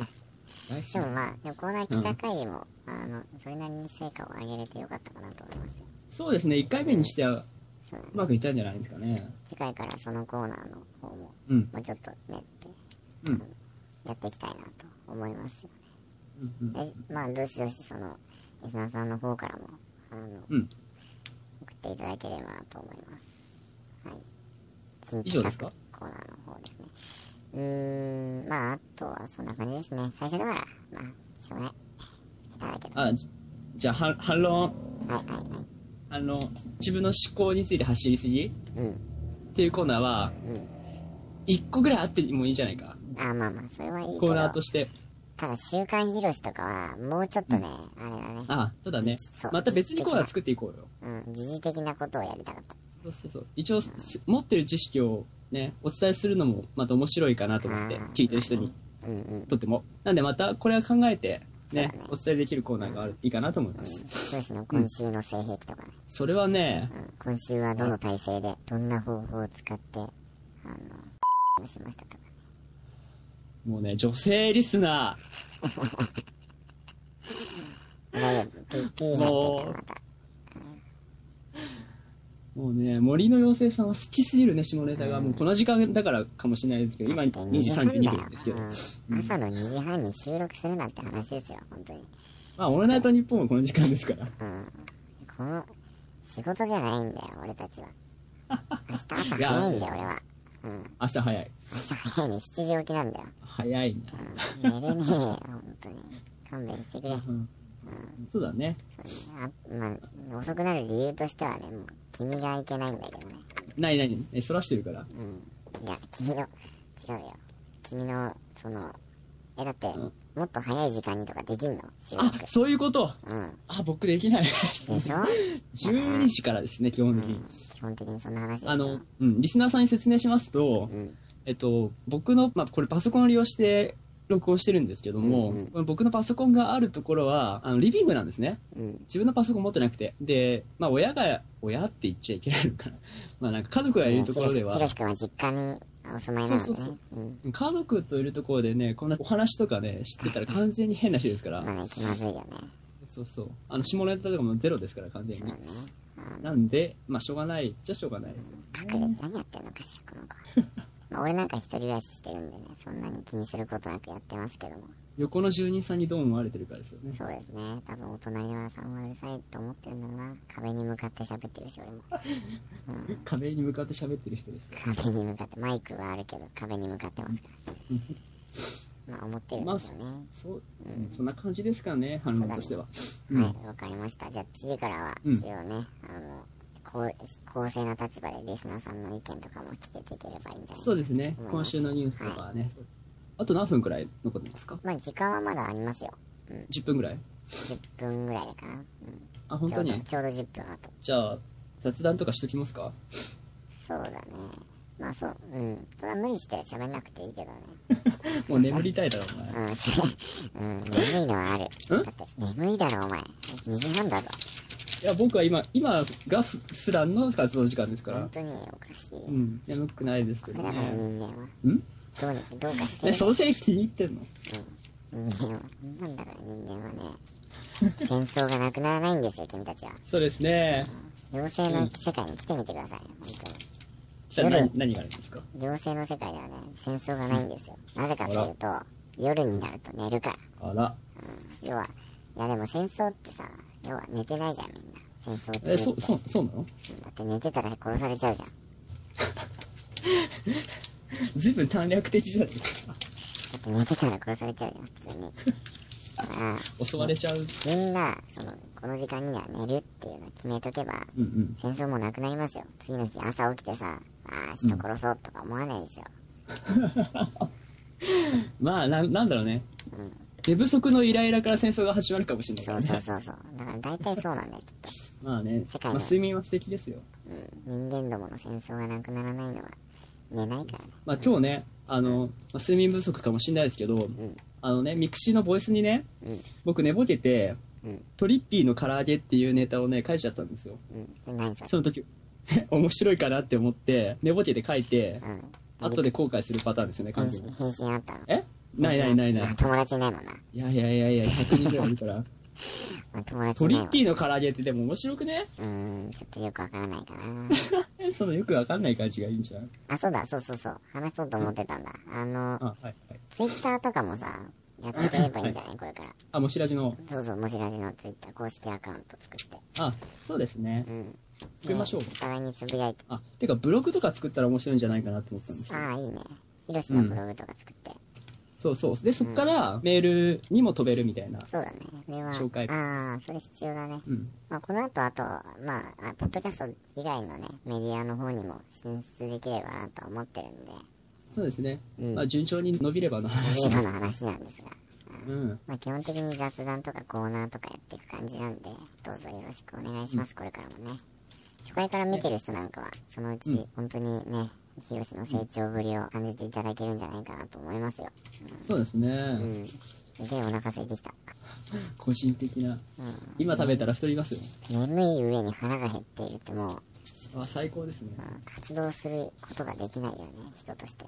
Speaker 2: 大好き
Speaker 1: でもまあでもコーナー企画会議も、あのそれなりに成果を上げれてよかったかなと思いますよ
Speaker 2: そうですね、1回目にしては
Speaker 1: そうだね
Speaker 2: うまくいったんじゃないですかね。
Speaker 1: 次回からそのコーナーの方も
Speaker 2: うん。
Speaker 1: もうちょっと練って
Speaker 2: うん。
Speaker 1: やっていきたいなと思いますよ
Speaker 2: うんうん
Speaker 1: ねでまあどしどしそのリスナーさんの方からもあの
Speaker 2: うん。
Speaker 1: 送っていただければなと思いますはい新
Speaker 2: 以
Speaker 1: 企
Speaker 2: 上で
Speaker 1: 画
Speaker 2: すか
Speaker 1: コーナーの方ですねうーんまああとはそんな感じですね最初だからまあしょうがない下手だけど
Speaker 2: あ、じじゃあ、反反論。
Speaker 1: はいはいはい
Speaker 2: あの、自分の思考について走りすぎ
Speaker 1: うん
Speaker 2: っていうコーナーは、
Speaker 1: うん
Speaker 2: 1個ぐらいあってもいいんじゃないか。
Speaker 1: あまあまあそれはいいけ
Speaker 2: コーナーと
Speaker 1: ど
Speaker 2: して。
Speaker 1: ただ「週刊ひろし」とかはもうちょっとね、あれだね
Speaker 2: あただね
Speaker 1: そう、
Speaker 2: また別にコーナー作っていこうよ。
Speaker 1: うん時事的なことをやりたかった
Speaker 2: そうそうそう。一応、す持ってる知識をね、お伝えするのもまた面白いかなと思って
Speaker 1: うん、
Speaker 2: 聞いてる人に
Speaker 1: うんうん
Speaker 2: とっても。なんでまた、これは考えて、ね
Speaker 1: そうだね、
Speaker 2: お伝えできるコーナーがあるいいかなと思います。
Speaker 1: ひろしの今週の性癖とかね、
Speaker 2: それはね
Speaker 1: う、ん、今週はどの体勢でどんな方法を使ってあのをしましたとか
Speaker 2: もうね、女性リスナ
Speaker 1: 大丈夫ピーピー 入ってるからまた
Speaker 2: ー、もうね、森の妖精さんは好きすぎるね、下ネタが。もうこの時間だからかもしれないですけど、今2時32分ですけど。
Speaker 1: うん朝の2時半に収録するなんて話ですよ本当に、
Speaker 2: まあ、オールナイトニッポンはこの時間ですから。
Speaker 1: うん、この仕事じゃないんだよ俺たちは明日朝
Speaker 2: いや
Speaker 1: 早いんだよ俺はうん。
Speaker 2: 明日早い。
Speaker 1: 朝早いね、7時起きなんだよ。
Speaker 2: 早いな。
Speaker 1: うん。寝れねえよ、ほんとに。勘弁してくれ。
Speaker 2: うんそうだね。
Speaker 1: そうね。あ、まあ、遅くなる理由としてはね、もう、君がいけないんだけどね。
Speaker 2: ないない。え、そらしてるから。
Speaker 1: うん。いや、君の、違うよ。君の、その、え、だって、もっと早い時間にとかできんの収
Speaker 2: あ
Speaker 1: 録。、
Speaker 2: そういうこと。
Speaker 1: うん。
Speaker 2: あ、僕で きない。
Speaker 1: でしょ
Speaker 2: 12時からですね、基本的に。
Speaker 1: 基本的にそんな話でしょ
Speaker 2: あの、うん、リスナーさんに説明しますと、
Speaker 1: うん。
Speaker 2: えっと、僕の、まあ、これパソコンを利用して録音してるんですけども、
Speaker 1: うんうん
Speaker 2: この僕のパソコンがあるところは、あの、リビングなんですね。
Speaker 1: うん。
Speaker 2: 自分のパソコン持ってなくて。で、まあ、親が、親って言っちゃいけないのかな。 まあ、なんか家族がいるところで
Speaker 1: ひ
Speaker 2: は
Speaker 1: ろ、しくんは実家にお住まいなので
Speaker 2: そうそうそ
Speaker 1: ね。うん。
Speaker 2: 家族といるところでね、こんなお話とかね、知ってたら完全に変な人ですから。
Speaker 1: まあね、気まずいよね。
Speaker 2: そうそう。あの、下ネタとかもゼロですから、完全
Speaker 1: そう
Speaker 2: に
Speaker 1: ね。。
Speaker 2: なんで、まあ、しょうがないっちゃしょうがない。
Speaker 1: 隠れて何やってんのかしら、この子。 まあ、俺なんか一人暮らししてるんでね、そんなに気にすることなくやってますけども。
Speaker 2: 横の住人さんにどう思われてるかですよ ね。
Speaker 1: そうですね。多分お隣のさんはうるさいと思ってるんだろうな。壁に向かって喋ってるし、俺 も。
Speaker 2: 壁に向かって喋ってる人ですよ。
Speaker 1: 壁に向かって、マイクはあるけど、壁に向かってますから。まあ、思ってるんですよね。
Speaker 2: そう、うんそんな感じですかね、反論としては。うん
Speaker 1: はい、わかりました。じゃあ次からは、
Speaker 2: うん
Speaker 1: 一応ね、あの、公公正な立場でリスナーさんの意見とかも聞けていければいいんじゃない
Speaker 2: そうですね
Speaker 1: うん、
Speaker 2: 今週のニュースとかはね。あと何分くらい残ってますか
Speaker 1: まあ、時間はまだありますよ。うん、
Speaker 2: ?10 分くらい
Speaker 1: 10分ぐらいかな。うん、
Speaker 2: あ、本当
Speaker 1: ちょう
Speaker 2: に
Speaker 1: どちょうど10分後。
Speaker 2: じゃあ、雑談とかしときます か
Speaker 1: そうだね。まあ、そう、うん。それは無理して喋んなくていいけどね。
Speaker 2: もう眠りたいだろ、お前。
Speaker 1: うん、うん、 眠いのはある。だって、眠いだろ、お前。2時半だぞ。
Speaker 2: いや、僕は今、今がふ普段の活動時間ですか
Speaker 1: 本
Speaker 2: ら。
Speaker 1: 当におかしい。
Speaker 2: う
Speaker 1: こ
Speaker 2: ん。眠くないですけ
Speaker 1: れ
Speaker 2: ど
Speaker 1: だから
Speaker 2: ね。
Speaker 1: 人間は。
Speaker 2: ん
Speaker 1: どうにどうかして
Speaker 2: え、
Speaker 1: る。
Speaker 2: そのセリフ気に入ってんの
Speaker 1: 人間はなんだから人間はね戦争がなくならないんですよ君たちは
Speaker 2: そうですね。
Speaker 1: 妖精の世界に来てみてください本当に
Speaker 2: じゃあ何、何があるんですか
Speaker 1: 妖精の世界ではね戦争がないんですよなぜかというと夜になると寝るから
Speaker 2: あら。
Speaker 1: 要はいやでも戦争ってさ要は寝てないじゃんみんな戦争中
Speaker 2: え、そ
Speaker 1: っ、て
Speaker 2: そう、そうなの
Speaker 1: だって寝てたら殺されちゃうじゃん
Speaker 2: 随分短絡的じゃないですか。
Speaker 1: だって寝てたら殺されちゃうじゃん普通にだから
Speaker 2: 襲われちゃう。
Speaker 1: みんなそのこの時間には寝るっていうのを決めとけば
Speaker 2: うんうん。
Speaker 1: 戦争もなくなりますよ次の日朝起きてさあー人殺そうとか思わないでしょ、
Speaker 2: まあ、ななんだろうね。
Speaker 1: うん
Speaker 2: 寝不足のイライラから戦争が始まるかもしれないか
Speaker 1: そ
Speaker 2: ら
Speaker 1: う
Speaker 2: ね。
Speaker 1: そうそうそうだから大体そうなんだよきっと、
Speaker 2: まあね
Speaker 1: 世、界
Speaker 2: まあ、
Speaker 1: の
Speaker 2: 睡眠は素敵ですよ。
Speaker 1: うん、人間どもの戦争がなくならないのは寝ないからね
Speaker 2: まあ今日ね、あの、まあ、睡眠不足かもしれないですけど、
Speaker 1: ん
Speaker 2: あのね、ミクシーのボイスにね、
Speaker 1: うん
Speaker 2: 僕寝ぼけて、
Speaker 1: うん
Speaker 2: トリッピーの唐揚げっていうネタをね、書いちゃったんですよ。
Speaker 1: うん何それ
Speaker 2: その時、面白いかなって思って、寝ぼけて書いて、
Speaker 1: うん
Speaker 2: 後で後悔するパターンですよね、
Speaker 1: 返
Speaker 2: 完全
Speaker 1: 信
Speaker 2: に。
Speaker 1: 返信あったの
Speaker 2: えないないないな
Speaker 1: あ
Speaker 2: い。
Speaker 1: 友達いないもんな、
Speaker 2: いやいやいやいや、100人ぐらいいるから。
Speaker 1: まあ、友達
Speaker 2: ト
Speaker 1: い
Speaker 2: リ
Speaker 1: ない
Speaker 2: ッ
Speaker 1: わ
Speaker 2: ピーの唐揚げってでも面白くね
Speaker 1: うーんちょっとよくわからないかな
Speaker 2: そのよくわかんない感じがいいんじゃん。
Speaker 1: あそうだそうそうそう話そうと思ってたんだあの
Speaker 2: あ、はいはい。
Speaker 1: ツイッターとかもさやってければいいんじゃないこれから
Speaker 2: あ、もしらじの。
Speaker 1: そうそうもしラジのツイッター公式アカウント作って
Speaker 2: あ、そうですね
Speaker 1: う。ん
Speaker 2: 作りましょう
Speaker 1: でお互いにつぶやいて
Speaker 2: あ、てかブログとか作ったら面白いんじゃないかなって思ったんですよ。
Speaker 1: ああいいねヒロシのブログとか作って、
Speaker 2: そうそう。で、そっからメールにも飛べるみたいな。
Speaker 1: そうだねそれは
Speaker 2: 紹介
Speaker 1: ああそれ必要だね、
Speaker 2: うん。
Speaker 1: まあ、この後あとまああポッドキャスト以外のねメディアの方にも進出できればなと思ってるんで
Speaker 2: そうですね。
Speaker 1: うん
Speaker 2: まあ順調に伸びればの話。
Speaker 1: 今の話なんですが、
Speaker 2: うん。
Speaker 1: まあ、基本的に雑談とかコーナーとかやっていく感じなんでどうぞよろしくお願いします、これからもね初回から見てる人なんかはそのうち
Speaker 2: うん
Speaker 1: 本当にねヒロシの成長ぶりを感じていただけるんじゃないかなと思いますよ
Speaker 2: そうです
Speaker 1: う
Speaker 2: ね。
Speaker 1: んすげえお腹空いてきた
Speaker 2: 個人的な。今食べたら太りますよ。
Speaker 1: 眠い上に腹が減っているってもう
Speaker 2: あ、最高ですね。
Speaker 1: うん活動することができないよね人として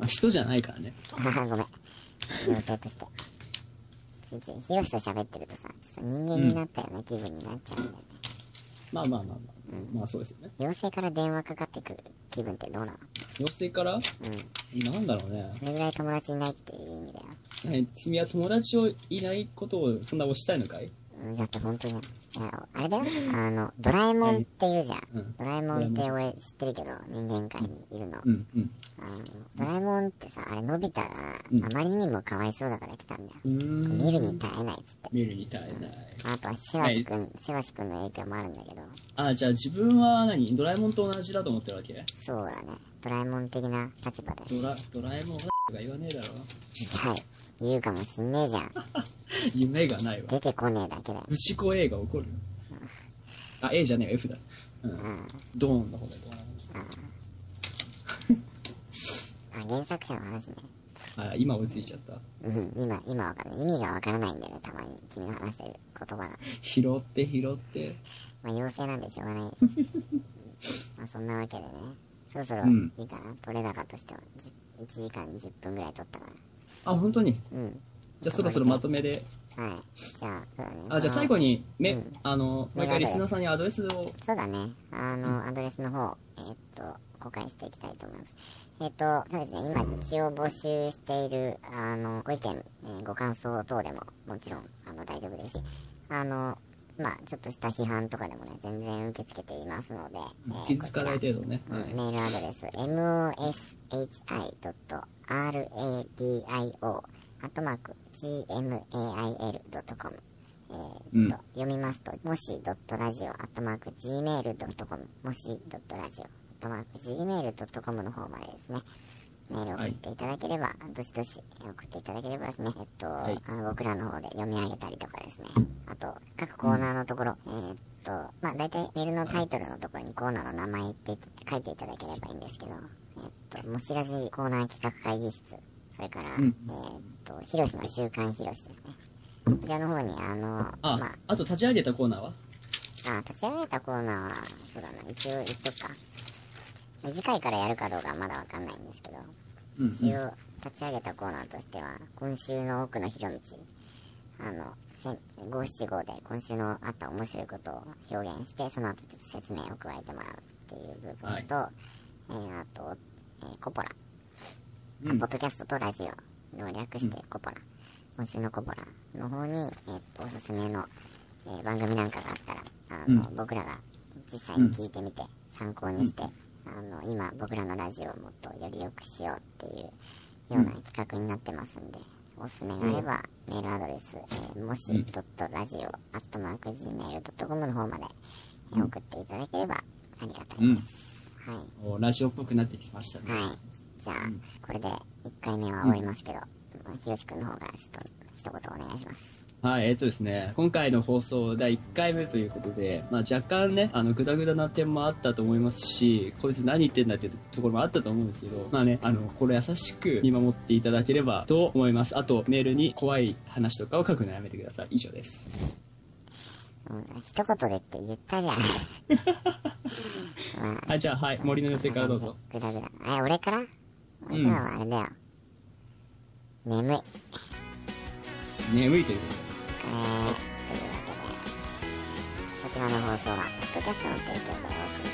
Speaker 2: あ、人じゃないからね。
Speaker 1: あー ごめん妖精としてついついヒロシと喋ってるとさちょっと人間になったような気分になっちゃうんだよね、
Speaker 2: まあまあまあまあ。まあそうですよね。
Speaker 1: 妖精から電話かかってくる気分ってどうなの
Speaker 2: 妖精から
Speaker 1: うん
Speaker 2: なんだろうね。
Speaker 1: それぐらい友達いないっていう意味だよ
Speaker 2: え君は友達をいないことをそんな推したいのかい
Speaker 1: うんだって本当にいやあれだよ、あの、ドラえもんって言うじゃん。
Speaker 2: うん
Speaker 1: ドラえもんって俺知ってるけど、人間界にいるの。
Speaker 2: うんうん
Speaker 1: あのドラえもんってさ、あれ、のび太が
Speaker 2: うん
Speaker 1: あまりにもかわいそうだから来たんだよ。
Speaker 2: うーん
Speaker 1: 見るに耐えないっつって。
Speaker 2: 見るに耐えない
Speaker 1: あとは、せわしくん、せわしくんの影響もあるんだけど、
Speaker 2: あじゃあ自分は何ドラえもんと同じだと思ってるわけ
Speaker 1: そうだね。ドラえもん的な立場で。
Speaker 2: ドラドラえもんはが言わねえだろ
Speaker 1: はい。言うかもしんねえじゃん。
Speaker 2: 夢がないわ
Speaker 1: 出てこねえだけだよ。
Speaker 2: ぶち子 A が起こるよあ A じゃねえよ F だ、う、
Speaker 1: うんん。
Speaker 2: ドーンだこれ
Speaker 1: あ、原作者の話ね。
Speaker 2: あ今追いついちゃった
Speaker 1: うん、今、今わかんない。意味がわからないんだよね、たまに。君の話してる言葉が。
Speaker 2: 拾って拾って
Speaker 1: まあ、妖精なんでしょう がない。まあ、そんなわけでね。そろそろ
Speaker 2: うん
Speaker 1: いいかな、取れ高としては。じ1時間10分ぐらい取ったから。
Speaker 2: あ本当に
Speaker 1: うん。
Speaker 2: じゃあそろそろまとめで
Speaker 1: はい。じゃあ、そうだね。
Speaker 2: あじゃあ最後
Speaker 1: に。
Speaker 2: にめ、
Speaker 1: うん
Speaker 2: あのもう一回リスナーさんにアドレスを
Speaker 1: そうだね。あの、アドレスの方、えーっと、公開していきたいと思います。えーっと、そうですね。今、一応募集している、あの、ご意見、えーご感想等でも、もちろん、あの、大丈夫ですし、あの、まあ、ちょっとした批判とかでもね、全然受け付けていますので、えー
Speaker 2: 気づかない程度ね、
Speaker 1: メ
Speaker 2: はい
Speaker 1: ールアドレス、moshi.radio.gmail.com えー
Speaker 2: うん
Speaker 1: と読みますと、もし .radio.gmail.com もし .radio.gmail.com の方までですね、メールを送っていただければ、どしどし送っていただければですね、えっと、
Speaker 2: い
Speaker 1: あの僕らの方で読み上げたりとかですね、あと、各コーナーのところ、えーっと、まあ、大体メールのタイトルのところにコーナーの名前って書いていただければいいんですけど、えーっと、もしらじコーナー企画会議室、それから、
Speaker 2: うん
Speaker 1: えーっと、ひろしの週刊ひろしですね。こちらの方に、あの、
Speaker 2: あ、
Speaker 1: まあ、
Speaker 2: あと立ち上げたコーナーは
Speaker 1: あ、立ち上げたコーナーは、そうだな、一応言っとくか。次回からやるかどうかはまだわかんないんですけど、
Speaker 2: うん、
Speaker 1: 一応立ち上げたコーナーとしては、今週の奥のひろみち、あの、千五七五で今週のあった面白いことを表現して、その後ちょっと説明を加えてもらうっていう部分と、えーあと、えーコポラ、
Speaker 2: うん
Speaker 1: ポッドキャストとラジオの略してコポラ、今週のコポラの方に、えーっとおすすめの、えー番組なんかがあったらあの、僕らが実際に聞いてみて参考にして、あの今僕らのラジオをもっとより良くしようっていうような企画になってますんで、おすすめがあれば、メールアドレス、えー、もし、
Speaker 2: うん
Speaker 1: ドットラジオ、アットマーク Gmail.com の方まで、えー送っていただければありがたいです。はい。
Speaker 2: おラジオっぽくなってきましたね。
Speaker 1: はい。じゃあ、これで1回目は終わりますけど、ひろしくんの方からちょっと一言お願いします。
Speaker 2: はい、えっとですね、今回の放送第1回目ということで、まあ若干ね、あの、グダグダな点もあったと思いますし、こいつ何言ってんだっていうところもあったと思うんですけど、まあね、あの、心優しく見守っていただければと思います。あと、メールに怖い話とかを書くのやめてください。以上です。
Speaker 1: うん、一言でって言ったじゃん。まあ
Speaker 2: はい、じゃあ、はい、森の寄せからどうぞ。。
Speaker 1: ぐだぐだ。え、俺から俺からはあれだよ。眠い。
Speaker 2: 眠いというこ
Speaker 1: えー、というわけで、こちらの放送は、ポッドキャストの提供でお送りしました